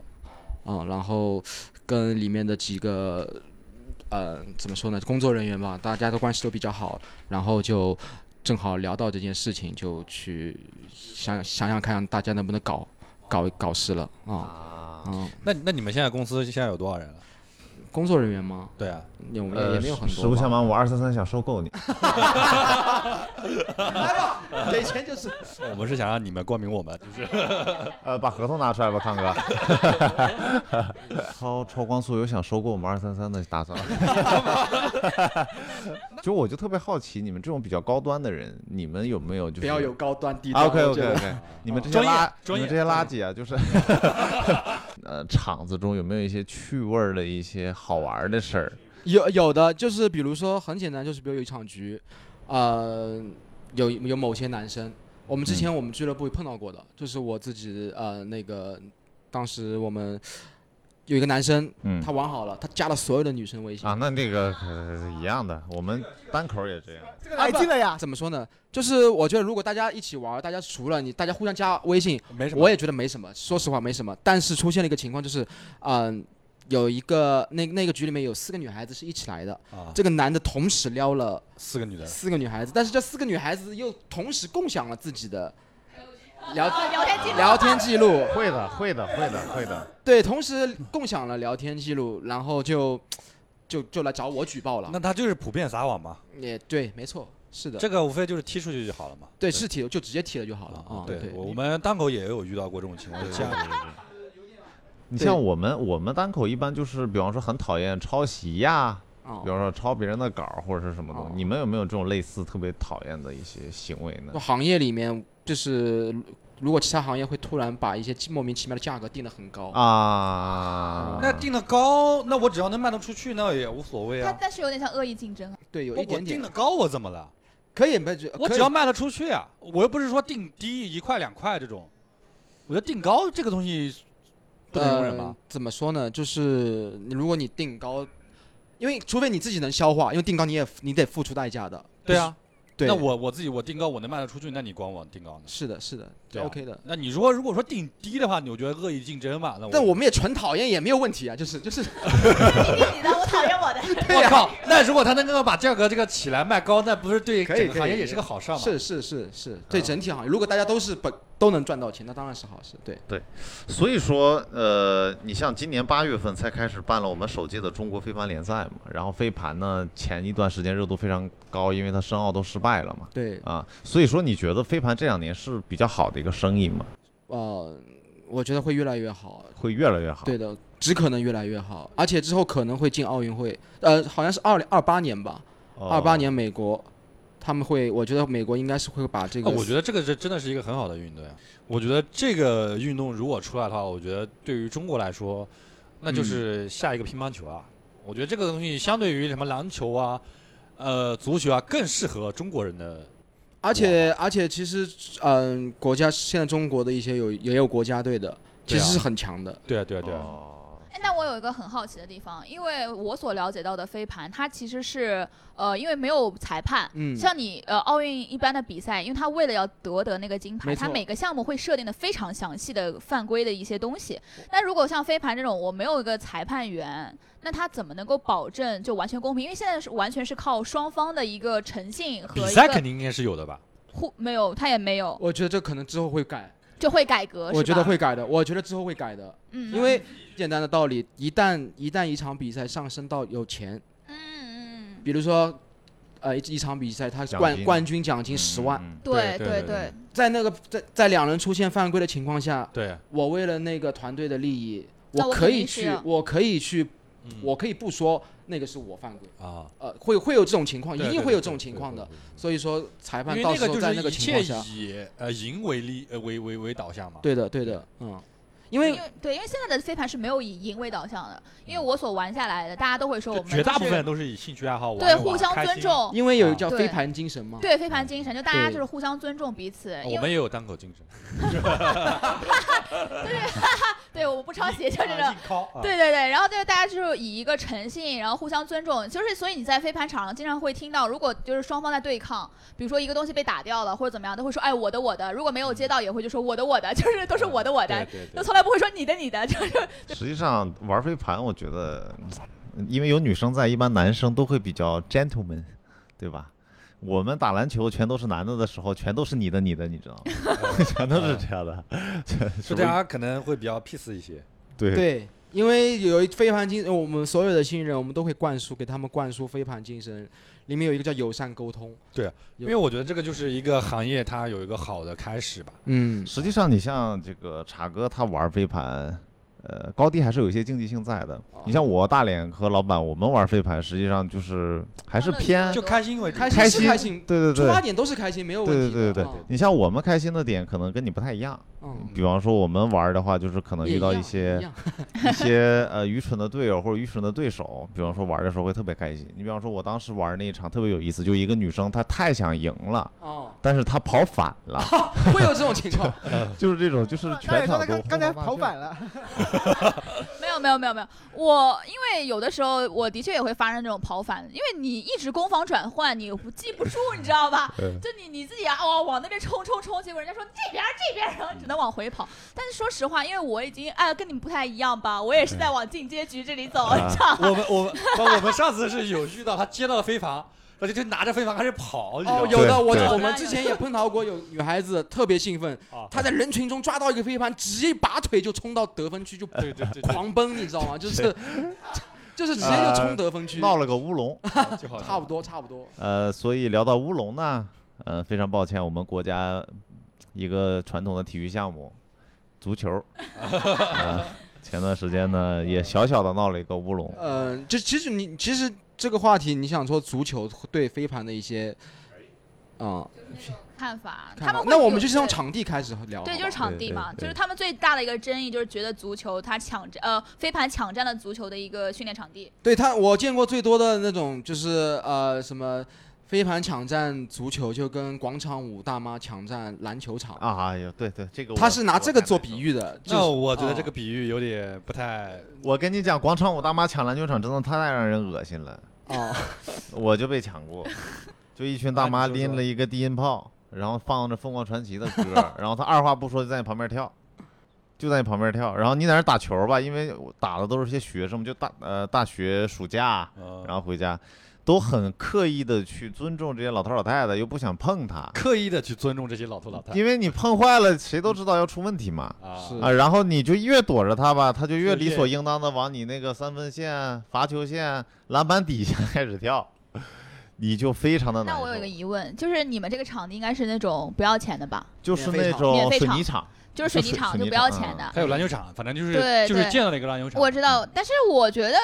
啊、然后跟里面的几个。呃，怎么说呢？工作人员吧，大家的关系都比较好，然后就正好聊到这件事情，就去想想想看大家能不能搞搞搞事了啊啊、嗯那那你们现在公司现在有多少人了？工作人员吗？对啊，也我们也呃，也没有很多吧。实不相瞒，我二三三想收购 你。给钱就是我们是想让你们冠名我们，就是呃，把合同拿出来吧，康哥。 超超光速有想收购我们二三三的打算吗？就我就特别好奇，你们这种比较高端的人，你们有没有就是不要有高端低端。 OK 我觉 OK 得 OK，你们这些专业垃，你专们业这些垃圾啊，就是，呃，场子中有没有一些趣味儿的一些好玩儿的事儿？有有的就是比如说很简单，就是比如有一场局，呃，有有某些男生，我嗯们之前我们俱乐部碰到过的，就是我自己呃那个当时我们有一个男生，嗯他玩好了，他加了所有的女生微信啊，那这个呃一样的，我们单口也这样。这个啊来劲了呀！怎么说呢？就是我觉得如果大家一起玩，大家除了你大家互相加微信，没什么。我也觉得没什么，说实话没什么。但是出现了一个情况，就是嗯、有一个那那个局里面有四个女孩子是一起来的，啊，这个男的同时撩了。四个女的，四个女孩子，但是这四个女孩子又同时共享了自己的聊呃聊天记录聊天记录，会的，会的，会的，会的。对，同时共享了聊天记录，然后就就就来找我举报了。那他就是普遍撒网嘛，也对，没错，是的，这个无非就是踢出去就好了嘛。对是踢就直接踢了就好了啊。嗯对，我我们档口也有遇到过这种情况，就这样的你对像我们，我们单口一般就是，比方说很讨厌抄袭呀，比啊，方说抄别人的稿儿或者是什么东哦西。你们有没有这种类似特别讨厌的一些行为呢那？行业里面就是如果其他行业会突然把一些莫名其妙的价格定得很高，啊，那定的高，那我只要能卖得出去，那也无所谓他啊。但是有点像恶意竞 争，啊对，有我一我点定点的高，我怎么了？可以，没我只要卖得出去啊，我又不是说定低一块两块这种，我觉得定高这个东西不能容忍呃吧？怎么说呢？就是你如果你定高，因为除非你自己能消化，因为定高你也你得付出代价的。对啊，对，那我我自己我定高我能卖得出去，那你管我定高呢？是的，是的对啊 o k 的。那你说如果说定低的话，你我觉得恶意竞争嘛？那我但我们也纯讨厌也没有问题啊，就是就是， 你的，我讨厌我的。对啊我呀、靠，那如果他能够把价格这个起来卖高，那不是对可以整个可行以业也是个好事儿嘛？是是是嗯是，对整体行业，如果大家都是本都能赚到钱，那当然是好事。对，所以说，呃，你像今年八月份才开始办了我们首届的中国飞盘联赛嘛，然后飞盘呢前一段时间热度非常高，因为它申奥都失败了嘛，对，嗯啊，所以说你觉得飞盘这两年是比较好的一个生意吗？呃，我觉得会越来越好，会越来越好？对的，只可能越来越好，而且之后可能会进奥运会，呃，好像是二零二八年吧，哦，二八年美国，他们会，我觉得美国应该是会把这个，啊我觉得这个是真的是一个很好的运动呀。我觉得这个运动如果出来的话，我觉得对于中国来说，那嗯就是下一个乒乓球啊。我觉得这个东西相对于什么篮球啊、呃足球啊，更适合中国人的。而且而且其实，嗯、国家现在中国的一些有也有国家队的，其对啊实是很强的。对啊，对啊，对啊。哦哎，那我有有一个很好奇的地方，因为我所了解到的飞盘，它其实是呃，因为没有裁判，嗯像你呃奥运一般的比赛，因为它为了要夺得那个金牌，没错它每个项目会设定的非常详细的犯规的一些东西。那如果像飞盘这种，我没有一个裁判员，那他怎么能够保证就完全公平？因为现在是完全是靠双方的一个诚信比和一赛肯个定应该是有的吧？互没有，他也没有，我觉得这可能之后会改，就会改革。我是觉得吧，会改的，我觉得之后会改的，嗯，因为简单的道理，一旦一旦一场比赛上升到有钱，嗯嗯嗯，比如说，呃，一一场比赛他奖冠金冠军奖金十万，嗯对对对对对，在那个在在两人出现犯规的情况下，对，我为了那个团队的利益，那我我可肯以定是去要，我可以去，嗯我可以不说那个是我犯规，啊，呃，会会有这种情况，一对定对会有对这种对情对况对的对。对所以说，裁判因到为时那候就在是那个一情切况下，以呃赢为利呃为为为导向嘛。对的，对的，嗯，因为因为对，因为现在的飞盘是没有以赢为导向的，因为我所玩下来的，大家都会说我就们绝大都部是分都是以兴趣爱好玩对一玩互相开尊心。重，因为有一个啊叫对飞盘精神嘛，对飞盘精神，就大家就是互相尊重彼此，哦我因为们也有单口精神，对我不抄袭，就这 啊种。硬靠啊对对对，然后就是大家就是以一个诚信，然后互相尊重，就是所以你在飞盘场上经常会听到，如果就是双方在对抗，比如说一个东西被打掉了或者怎么样，都会说哎我的我的，如果没有接到也会就说我的我的，就是都是我的我的，啊对对就 对，从来不会说你的你的，就是嗯实际上玩飞盘，我觉得，嗯因为有女生在，一般男生都会比较 gentleman，对吧？我们打篮球全都是男的的时候，全都是你的你的，你知道 吗？ 全都是这样的，就大家可能会比较 peace 一些。对对，因为有一飞盘精，呃我们所有的新人，我们都会灌输给他们灌输飞盘精神，里面有一个叫友善沟通，因为我觉得这个就是一个行业它有一个好的开始吧。嗯，实际上，你像这个茶哥他玩飞盘，呃，高低还是有一些竞技性在的。你像我大脸和老板，我们玩飞盘，实际上就是还是偏就开心为主呃开开心心是开心，对对出发对。点都是开心，没有问对对题的，对对对啊，你像我们开心的点可能跟你不太一样，嗯，比方说我们玩的话，就是可能也遇到一一样些一样 一些呃愚蠢的队友或者愚蠢的对手，比方说玩的时候会特别开心。你比方说我当时玩那一场特别有意思，就一个女生她太想赢了，哦，但是她跑反了， 会有这种情况，就是这种就是大全脸说场他都刚刚才轰轰跑骂反了，没有没有没有没有，我因为有的时候我的确也会发生这种跑反，因为你一直攻防转换，你不记不住，你知道吧？ 嗯就你你自己啊哦往那边冲冲冲，结果人家说嗯这边儿这边儿，然后只能往回跑。但是说实话，因为我已经哎跟你们不太一样吧，我也是在往进阶局这里走，你知道吗？我们我们不我们上次是有遇到他接到了飞盘，而且就拿着飞盘开始跑，你知道哦，吗？有的，对我对我们之前也碰到过有女孩子特别兴奋啊，她在人群中抓到一个飞盘，直接一拔腿就冲到得分区 就对对对对，狂奔，你知道吗？就是 就是直接就冲得分区，闹了个乌龙。就好像差不多差不多，呃，所以聊到乌龙呢，呃，非常抱歉，我们国家一个传统的体育项目，足球，呃、前段时间呢也小小的闹了一个乌龙。呃，就其实你其实这个话题，你想说足球对飞盘的一些，嗯，看法，看他法们会那我有们就从对场地开始聊好不好。对，就是场地对嘛，对就是对他们最大的一个争议，就是觉得足球它抢占呃飞盘抢占了足球的一个训练场地。对他，我见过最多的那种就是呃什么飞盘抢占足球，就跟广场舞大妈抢占篮球场，啊，哎呦，对对，这个他我是拿这个做比。喻的。就是那我觉得这个比喻有点不太，我跟你讲，广场舞大妈抢篮球场真的太让人恶心了，啊，我就被抢 过，就一群大啊妈你说说拎了一个低音炮，然后放着凤凰传奇的 歌，然后她二话不说就在你旁边跳。就在你旁边跳，然后你在那儿打球吧，因为我打的都是些学生，就大呃大学暑假，然然后回家，都很刻意的去尊重这些老头老太太，又不想碰他，刻意的去尊重这些老头老太太因为你碰坏了，谁都知道要出问题嘛。啊，是啊，然后你就越躲着他吧，他就越就理越所应当的往你那个三分线、罚球线、篮板底下开始跳，你就非常的难那我有一个受。疑问，就是你们这个场地应该是那种不要钱的吧？就是免费那场种免费水场泥场，就是水泥就是场水就泥不要场钱嗯的。还有篮球场，反正就是对就是对建了一个篮球场。我知道，但是我觉得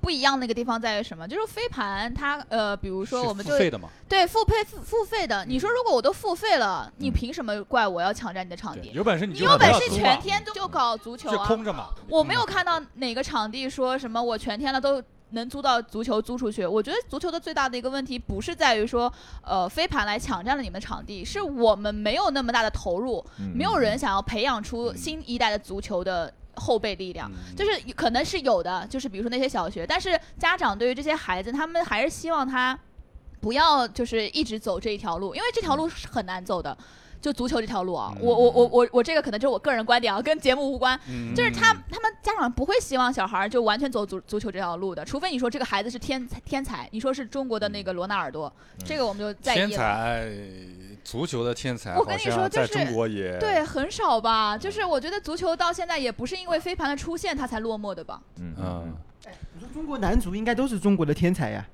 不一样的一个地方在于什么？就是飞盘它呃，比如我说我们就付费的嘛，嗯对付费付付费的，你说如果我都付费了，你凭什么怪我要抢占你的场对，地？有本事你你就有不本要事租全嘛天都就搞足球就啊！空着嗯嘛。我没有看到哪个场地说什么我全天了都能租到足球租出去。我觉得足球的最大的一个问题不是在于说，呃，飞盘来抢占了你们场地，是我们没有那么大的投入，嗯没有人想要培养出新一代的足球的。后备力嗯量。就是有可能是有的，就是比如说那些小学，但是家长对于这些孩子，他们还是希望他不要就是一直走这一条路，因为这条路是很难走的。就足球这条路啊，我我我我我这个可能就是我个人观点啊，跟节目无关。嗯就是他他们家长不会希望小孩儿就完全走足足球这条路的，除非你说这个孩子是天才天才，你说是中国的那个罗纳尔多，这个我们就在天意了。才，足球的天才，我跟你说好像就在是中国也对，啊很少吧，就是我觉得足球到现在也不是因为飞盘的出现它才落寞的吧？嗯嗯，你说中国男足应该都是中国的天才呀，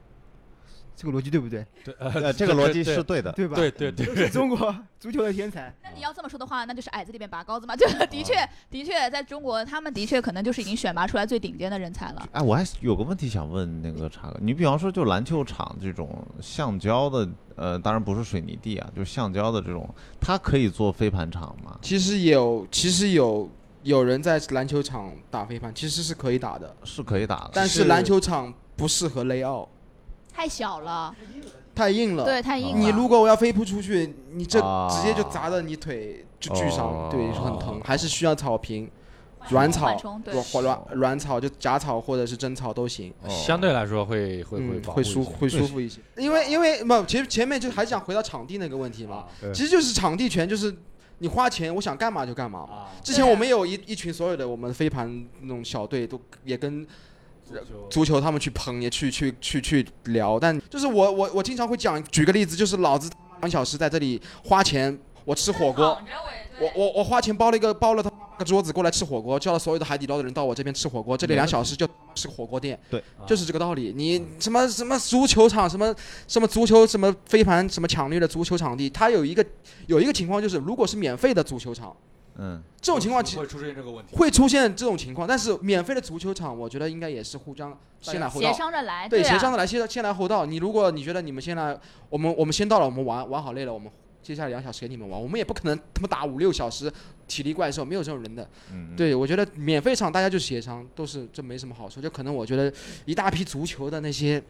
这个逻辑对不对？呃，这个逻辑是对的。对吧？对对对，都是中国足球的天才。那你要这么说的话，那就是矮子里边拔高子嘛。就的哦确，的确，在中国，他们的确可能就是已经选拔出来最顶尖的人才了。哎，我还有个问题想问那个查哥，你比方说就篮球场这种橡胶的，呃，当然不是水泥地啊，就是橡胶的这种，它可以做飞盘场吗？其实有，其实有有人在篮球场打飞盘，其实是可以打啊的，是可以打的，但是篮球场不适合雷奥，太小了，太硬了。对，太硬了。你如果要飞扑出去，你这啊直接就砸到你腿就巨伤哦，对，就很疼，还是需要草坪、软缓草冲、对软软哦软草，就假草或者是真草都行。哦相对来说会会会嗯，保护会一舒些会舒服一些，因为因为不，其实前面就还想回到场地那个问题啊嘛，对其实就是场地权，就是你花钱，我想干嘛就干嘛嘛。啊，之前我们有一一群所有的我们飞盘那种小队都也跟足球他们去捧，也去去去去聊，但就是我我我经常会讲，举个例子，就是老子他妈两小时在这里花钱，我吃火锅，我我我花钱包了一个包了他妈个桌子过来吃火锅，叫了所有的海底捞的人到我这边吃火锅，这里两小时就吃火锅店，对，啊就是这个道理。你什么什么足球场，什么什么足球，什么飞盘，什么抢掠的足球场地，它有一个有一个情况就是，如果是免费的足球场。嗯，这种情况其会出现这个问题。会出现这种情况，但是免费的足球场，我觉得应该也是互相先来后协到，商着来，对，啊、协商的来，先先来后到。你如果你觉得你们先来，我们我们先到了，我们玩玩好累了，我们接下来两小时给你们玩，我们也不可能他妈打五六小时体力怪兽，没有这种人的。嗯，对，我觉得免费场大家就协商，都是这没什么好处。就可能我觉得一大批足球的那些，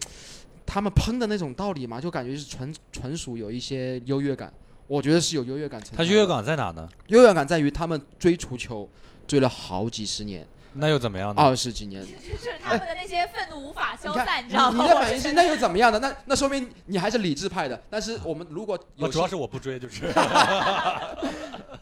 他们喷的那种道理嘛，就感觉是纯纯属有一些优越感。我觉得是有优越感存在他的。优越感在哪呢？优越感在于他们追足球追了好几十年。啊那又怎么样呢？二十几年，你 就是他们的那些愤怒无法消看散，你知道你吗？的反应是那又怎么样的？那那说明你还是理智派的。但是我们如果啊我有主要哦是我不追， 就是。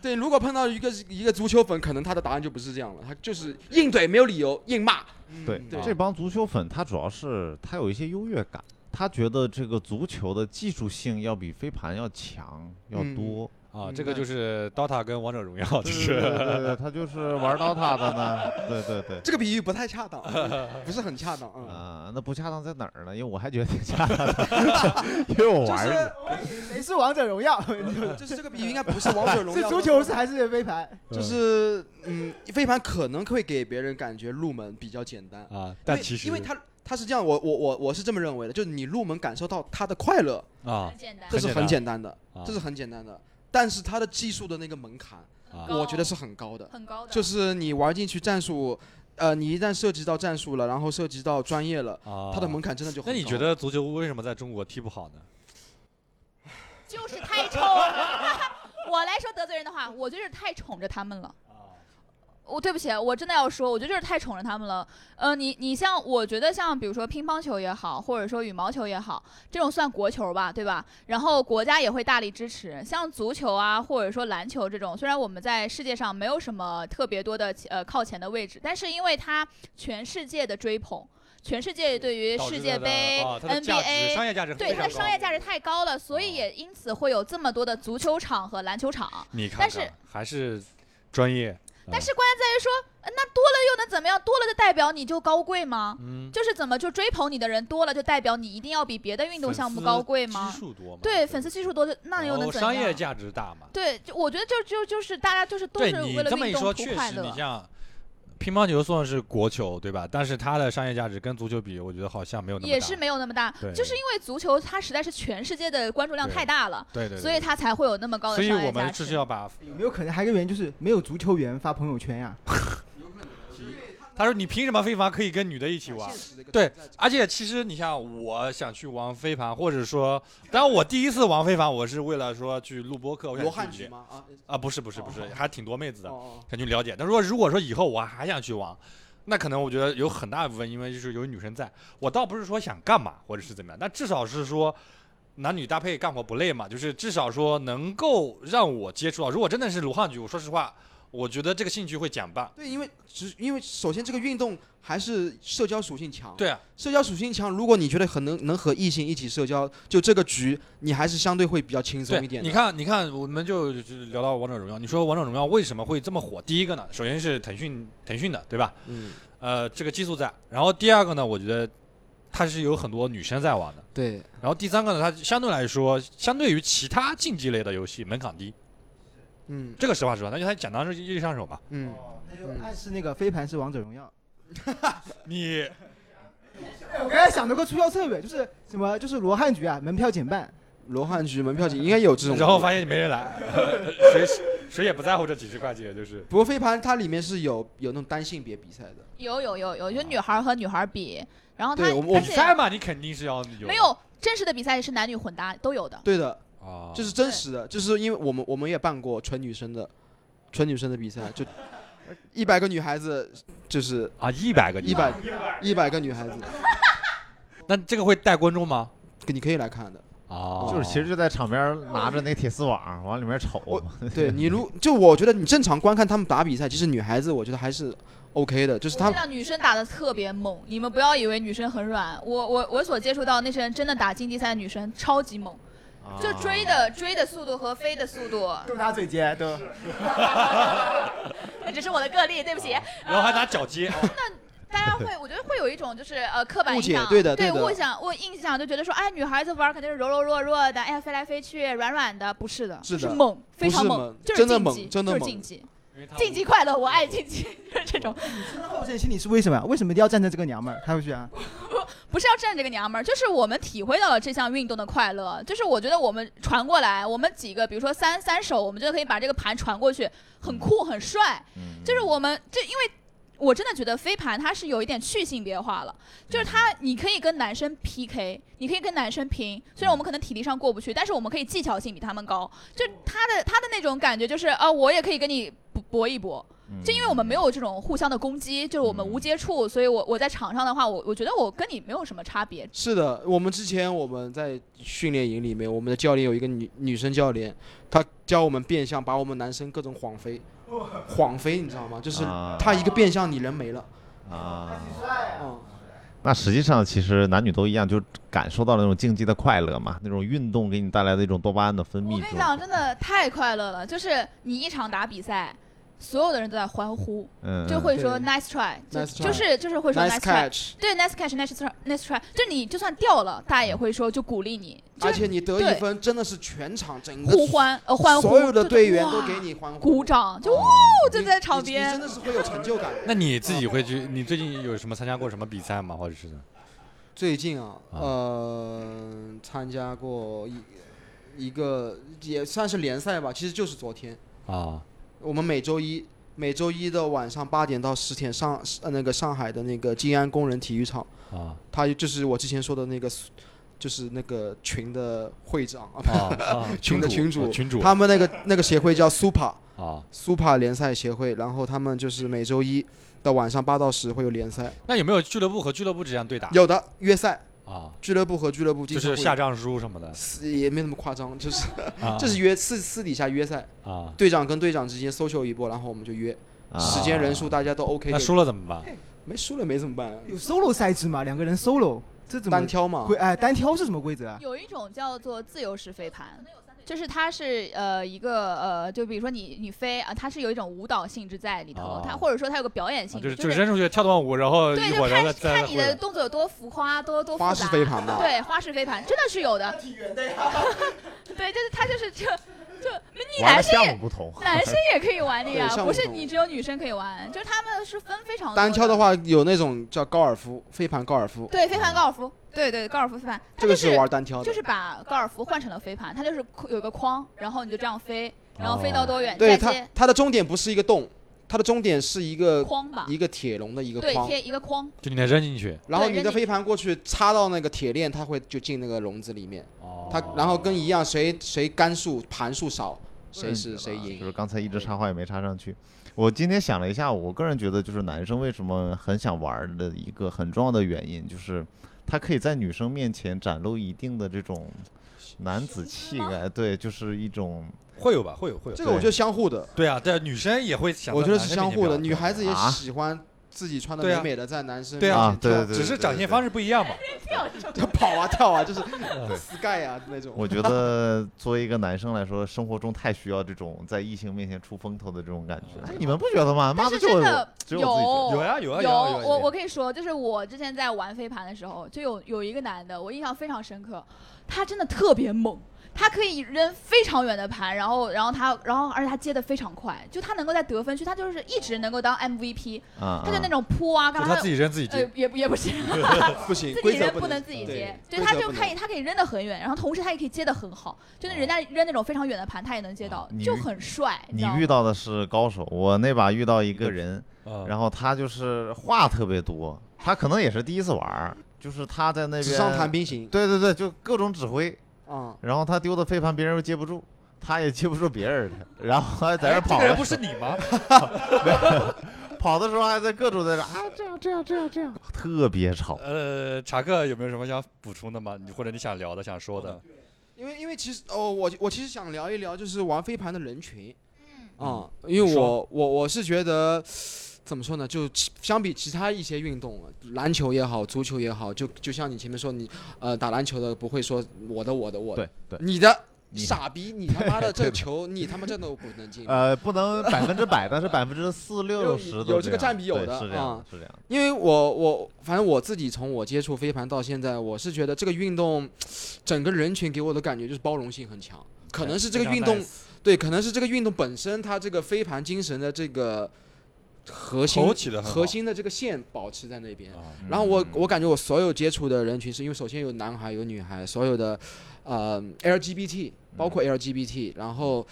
对，如果碰到一个一个足球粉，可能他的答案就不是这样了，他就是硬怼，没有理由，硬骂。嗯对，嗯对这帮足球粉他主要是他有一些优越感，他觉得这个足球的技术性要比飞盘要强要嗯多。啊，明这个白就是 DOTA 跟王者荣耀，就对是对 对对，他就是玩 DOTA 的呢。对对对。这个比喻不太恰 当，嗯不是很恰当。嗯，啊、那不恰当在哪儿呢？因为我还觉得挺恰当的， 因为我就玩儿是谁是王者荣耀？ 就是这个比喻应该不是王 者荣是耀，足球是还是飞盘？就是嗯，飞盘可能会给别人感觉入门比较简单，啊，因但为其实因为他他是这样，我我我我是这么认为的，就是你入门感受到他的快乐，啊很简单这是很很简单的，啊这是很简单的。但是他的技术的那个门槛，啊高我觉得是很高的，很高的，就是你玩进去战术，呃，你一旦涉及到战术了，然后涉及到专业了，啊，它的门槛真的就很那高。你觉得足球为什么在中国踢不好呢？就是太宠了。 我来说得罪人的话，我就是太宠着他们了。我哦对不起，我真的要说，我觉得就是太宠着他们了。呃，你你像，我觉得像比如说乒乓球也好，或者说羽毛球也好，这种算国球吧，对吧？然后国家也会大力支持。像足球啊，或者说篮球这种，虽然我们在世界上没有什么特别多的呃靠前的位置，但是因为它全世界的追捧，全世界对于导致世界它的杯、啊它的价值 NBA 商业价值对非它常的高哦商业价值太高了，所以也因此会有这么多的足球场和篮球场。 你看看，但是还是专业，但是关键在于说，呃那多了又能怎么样？多了就代表你就高贵吗？嗯，就是怎么就追捧你的人多了，就代表你一定要比别的运动项目高贵吗基？数多嘛？对，粉丝基数多，就那又然能后怎哦商业样？价值大嘛？对，就我觉得就就就是大家就是都对是你为了这么运一动说，图确快实，乐你。像乒乓球算是国球对吧？但是它的商业价值跟足球比，我觉得好像没有那么大。也是没有那么大对，就是因为足球它实在是全世界的关注量对太大了，对对对，所以它才会有那么高所的以商我业价们值是。要把有没有可能还有一个原因就是没有足球员发朋友圈呀？他说你凭什么飞盘可以跟女的一起玩？对，而且其实你像我想去玩飞盘，或者说，当然我第一次玩飞盘，我是为了说去录播客，我想罗汉去局吗？啊，啊，不是不是不是，还挺多妹子的，哦，想去了解。但如果如果说以后我还想去玩，那可能我觉得有很大一部分因为就是有女生在，我倒不是说想干嘛或者是怎么样，但至少是说男女搭配干活不累嘛，就是至少说能够让我接触到。如果真的是罗汉局，我说实话，我觉得这个兴趣会减半。对，因为只因为首先这个运动还是社交属性强，对啊，社交属性强，如果你觉得很能能和异性一起社交，就这个局你还是相对会比较轻对，松一点的。你看，你看，我们就就聊到王者荣耀。你说王者荣耀为什么会这么火？第一个呢，首先是腾讯腾讯的，对吧？嗯，呃，这个基数在。然后第二个呢，我觉得它是有很多女生在玩的。对，然后第三个呢，它相对来说，相对于其他竞技类的游戏门槛低，嗯这个实话实说，那就它简单是易上手嘛。嗯，那就暗示那个飞盘是王者荣耀。你我刚才哎想到个促销策略，就是什么，就是罗汉局啊，门票减半。罗汉局门票局应该有这种。然后发现没人来， 谁谁也不在乎这几十块钱，就是不过飞盘它里面是有有那种单性别比赛的，有有有有，就女孩儿和女孩儿比，然后他对我们比我而且赛嘛，你肯定是要有没有正式的比赛是男女混搭都有的。对的，啊，这是真实的，就是因为我们我们也办过纯女生的，纯女生的比赛， 就一百个女孩子，就是啊一百个一百一百个女孩子，那这个会带观众吗？你可以来 看的。啊就是其实就在场边拿着那铁丝网往里面瞅，我对你如就我觉得你正常观看他们打比赛，其实女孩子我觉得还是 OK 的，就是我他知道女生打的特别猛，你们不要以为女生很软。我我我所接触到那些人真的打竞技赛的女生超级猛，啊就追的追的速度和飞的速度。动他嘴尖都，那只是我的个例，对不起。然后还拿脚接，哦大 家会，我觉得会有一种就是呃刻板误印解象，对的对的误想我印象就觉得说，哎，女孩子玩肯定是柔柔弱弱的，哎呀飞来飞去，软软的，不是的，是的就猛，非常不是猛就是真的竞猛技，真的就是猛竞技，因为他竞技快乐，我爱竞技， 就是这种，后阵心里是为什么呀？为什么一定要站在这个娘们儿？他会去啊？不是要站这个娘们儿，就是我们体会到了这项运动的快乐，就是我觉得我们传过来，我们几个，比如说三三手，我们就可以把这个盘传过去，很酷很帅，嗯就是我们这因为。我真的觉得飞盘它是有一点去性别化了，就是它你可以跟男生 PK，你可以跟男生拼，虽然我们可能体力上过不去，但是我们可以技巧性比他们高。就他的他的那种感觉就是啊、我也可以跟你搏搏一搏。嗯就因为我们没有这种互相的攻击，就是我们无接触，所以我我在场上的话，我我觉得我跟你没有什么差别。是的，我们之前我们在训练营里面，我们的教练有一个女女生教练，她教我们变相，把我们男生各种晃飞，晃飞，你知道吗？就是啊她一个变相，你人没了。啊，嗯，那实际上其实男女都一样，就感受到了那种竞技的快乐嘛，那种运动给你带来的一种多巴胺的分我泌跟你作讲，真的太快乐了，就是你一场打比赛，所有的人都在欢呼，嗯，嗯就会说对 nice try，就 Nice try 就是就是会说嗯 nice nice try。 catch，对，nice catch，nice try，nice try，就你就算掉了，大家也会说就鼓励你，就而是且你得对一分，真的是全场整个互欢呃欢呼，所有的就队员都哇给你欢呼嗯鼓，掌，就哦就在场你你真边。的是会有成就 感的。那你自己会去？你最近有什么参加过什么比赛吗？或者是最近啊，啊呃，参加过一一个也算是联赛吧，其实就是昨天。啊我们每周一每周一的晚上八点到十点上呃那个上海的那个静安工人体育场，啊他就是我之前说的那个苏，就是那个群的会长啊，啊啊！ 群的群主哦主，群他们那个那个协会叫 Super 啊， Super 联赛协会，然后他们就是每周一的晚上八到十会有联赛，那有没有俱乐部和俱乐部之间对打有的约赛，啊？俱乐部和俱乐部经就常是会下战书什么的，私也没那么夸张，就是啊这是约私私底下约赛，啊。队长跟队长之间 social 一波，然后我们就约，啊时间人数大家都 OK，那就输了怎么办？没输了没怎么办啊，有 solo 赛制吗？两个人 solo，这怎么单挑嘛规？哎，单挑是什么规则啊？有一种叫做自由式飞盘，就是它是呃一个呃，就比如说你你飞啊，它是有一种舞蹈性质在里头，哦它或者说它有个表演性啊质，就是就就是扔出去跳段舞，然后一对，会就儿然后看再再看你的回动作有多浮夸，多多复杂。花式飞盘嘛，对，花式飞盘真的是有的。 对，就是它就是这就你玩男的生项目也不嗯同，男生也可以玩的呀对，项目不是不同你只有女生可以玩，就是他们是分非常多单挑的，话有那种叫高尔夫飞盘高尔夫，对，飞盘高尔夫，对对，高尔夫飞盘，它这就个是玩单挑的，就是把高尔夫换成了飞盘，它就是有一个框，然后你就这样飞，然后飞到多远对再它接。它的终点不是一个洞，它的终点是一个框吧，一个铁笼的一个对，框，贴一个框，就你得扔进去。然后对你扔的进飞盘过去插到那个铁链，它会就进那个笼子里面。哦它然后跟一样，谁谁杆数盘数少，谁是谁嗯啊就赢。是刚才一直插话也没插上去。我今天想了一下，我个人觉得就是男生为什么很想玩儿的一个很重要的原因，就是他可以在女生面前展露一定的这种男子气概，对，就是一种会有吧，会有会有。这个我觉得相互的，对啊，对啊，女生也会想。我觉得是相互的，女孩子也啊喜欢自己穿的对美啊美的，在男生对啊面前对跳对对只是展现方式不一样嘛。 就跑啊跳啊，就是 sky 啊那种。我 觉得作为一个男生来说，生活中太需要这种在异性面前出风头的这种感觉。哎，你们不觉得吗？但妈是就真我的只有我自己觉得。呀有哦啊有，我我跟你说，就是我之前在玩飞盘的时候，就有有一个男的，我印象非常深刻，他真的特别猛，他可以扔非常远的盘，然后然后他然后而且他接的非常快，就他能够在得分区，他就是一直能够当 MVP，啊，他就那种种扑啊干就嘛他自己扔自己呃接，也不也不是，不行，自规己则扔不能自己接，对，他就可以，他可以扔得很远，然后同时他也可以接得很好，就是人家扔那种非常远的盘，他也能接到哦你，就遇很帅。你知道遇吗？到的是高手，我那把遇到一个人，然然后他就是话特别多，他可能也是第一次玩儿，就是他在那边纸上谈兵行对对对，就各种指挥，啊。然后他丢的飞盘别人又接不住，他也接不住别人的，然后还哎在这跑哎这个的人不是你吗？跑的时候还在各种在这啊这样这样这样这样， 特别吵。呃，查克有没有什么想补充的吗？你或者你想聊的、想说的？因为因为其实哦，我我其实想聊一聊就是玩飞盘的人群，嗯啊、因为我你说我我是觉得怎么说呢，就其相比其他一些运动，篮球也好，足球也好，就就像你前面说你呃打篮球的不会说我的我的我的，对对，你的你傻逼，你他妈的这对的球你他妈这都不能进，呃，不能百分之百，但是百分之四六十有都有这个占比有对的是这样啊是这样。因为我我反正我自己从我接触飞盘到现在，我是觉得这个运动整个人群给我的感觉就是包容性很强，可能是这个运动对，可能是这个运动本身它这个飞盘精神的这个核心头起得很好核心的这个线保持在那边。啊然后我嗯我感觉我所有接触的人群是因为首先有男孩有女孩，所有的呃 LGBT 包括 LGBT，然后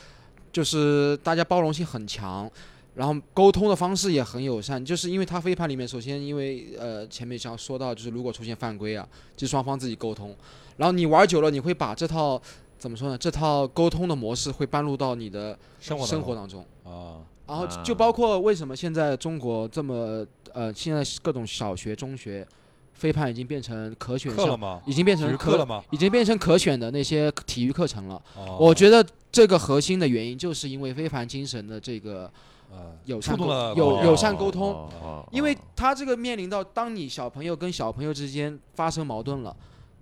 就是大家包容性很强。然后沟通的方式也很友善，就是因为他飞盘里面，首先因为呃前面想说到，就是如果出现犯规啊，就双方自己沟通。然后你玩久了，你会把这套怎么说呢？这套沟通的模式会搬入到你的生活生活的当中。啊，然后就啊就包括为什么现在中国这么呃，现在各种小学、中学，飞盘已经变成可选课了项，吗？已经变体成育课了吗？已经变成可选的那些体育课程了。哦我觉得这个核心的原因，就是因为非凡精神的这个嗯友触善动了沟有广友告善哦沟通，哦哦因为哦他这个面临到，当你小朋友跟小朋友之间发生矛盾了，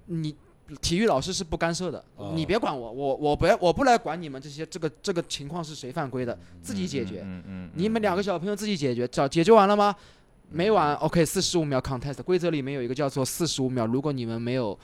你体育老师是不干涉的，哦你别管我，我我不要我不来管你们这些这个这个情况是谁犯规的，自己解决。嗯嗯嗯嗯嗯你们两个小朋友自己解决，找解决完了吗？没完，OK，四十五秒 contest 规则里面有一个叫做四十五秒，如果你们没有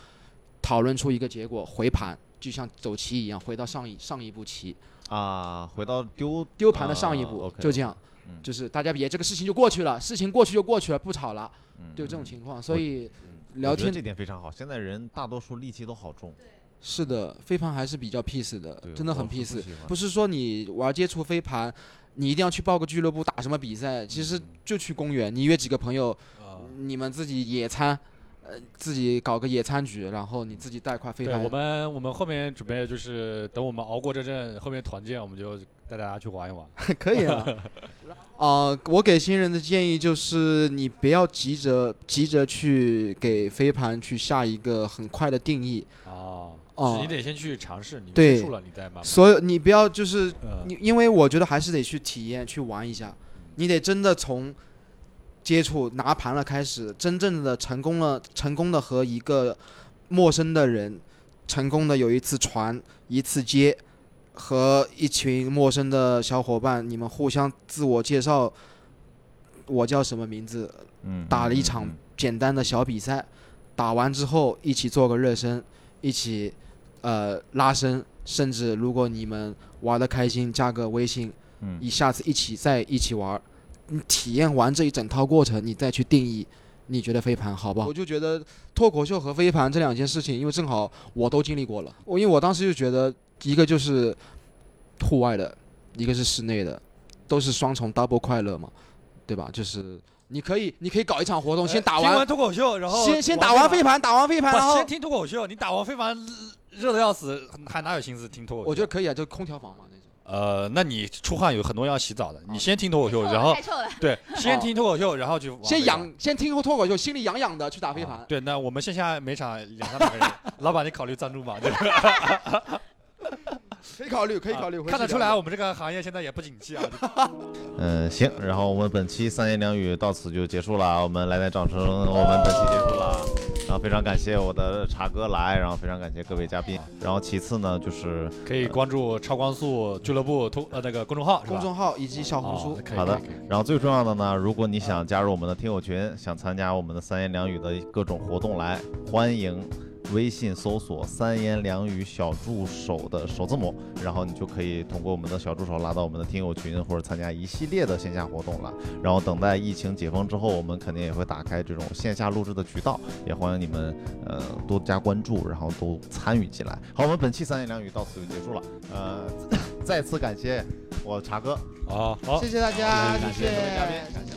讨论出一个结果，回盘就像走棋一样，回到上一上一步棋，啊，回到丢丢盘的上一步，啊，OK，就这样，嗯就是大家别这个事情就过去了，事情过去就过去了，不吵了，嗯就这种情况，所以嗯聊我觉得天这点非常好。现在人大多数戾气都好重，是的，飞盘还是比较 peace 的对，真的我很是 peace，喜欢不是说你玩接触飞盘。你一定要去报个俱乐部打什么比赛，其嗯实就去公园，你约几个朋友，啊你们自己野餐，呃，自己搞个野餐局，然后你自己带块飞对盘。我们，我们后面准备就是等我们熬过这阵，后面团建我们就带大家去玩一玩。可以 啊。啊，我给新人的建议就是，你不要急着急着去给飞盘去下一个很快的定义。哦，哦是你得先去尝试，你对接触了，你再慢慢。所有你不要就是嗯你，因为我觉得还是得去体验去玩一下，你得真的从接触拿盘了开始，真正的成功了，成功的和一个陌生的人成功的有一次传一次接，和一群陌生的小伙伴，你们互相自我介绍，我叫什么名字，嗯打了一嗯场嗯简单的小比赛，打完之后一起做个热身，一起呃拉伸，甚至如果你们玩的开心，加个微信，嗯一下次一起再一起玩儿，你体验完这一整套过程，你再去定义。你觉得飞盘好不好？我就觉得脱口秀和飞盘这两件事情，因为正好我都经历过了。我因为我当时就觉得，一个就是户外的，一个是室内的，都是双重 double 快乐嘛，对吧？就是你可以你可以搞一场活动，先打听完完脱口秀，呃然后先先打完飞盘，打完飞盘，不，然后先听脱口秀。你打完飞盘热的要死，还哪有心思听脱口秀？我觉得可以啊，就空调房嘛那种。呃，那你出汗有很多要洗澡的，你先听脱口秀，臭了然后太臭了，对， 先哦听脱口秀，然后去玩先飞盘养，先听过脱口秀，心里痒痒的去打飞啊盘。对，那我们线下每场两三百个人， 老板你考虑赞助吗？对吧？可以考虑，可以考虑。回去啊看得出聊来，我们这个行业现在也不景气啊。嗯，行，然后我们本期三言两语到此就结束了，我们来点掌声，我们本期结束了。然后非常感谢我的茶哥来，然后非常感谢各位嘉宾。然后其次呢，就是可以关注超光速俱乐部通呃那个公众号是吧公？众号以及小红哦书。可以啊好的可以可以然后最重要的呢，如果你想加入我们的听友群，想参加我们的三言两语的各种活动来，欢迎微信搜索“三言两语小助手”的首字母，然后你就可以通过我们的小助手拉到我们的听友群，或者参加一系列的线下活动了。然后等待疫情解封之后，我们肯定也会打开这种线下录制的渠道，也欢迎你们呃多加关注，然后都参与进来。好，我们本期三言两语到此就结束了， 呃，再次感谢我茶哥，啊好谢。谢大家，谢谢谢各位嘉宾，感谢。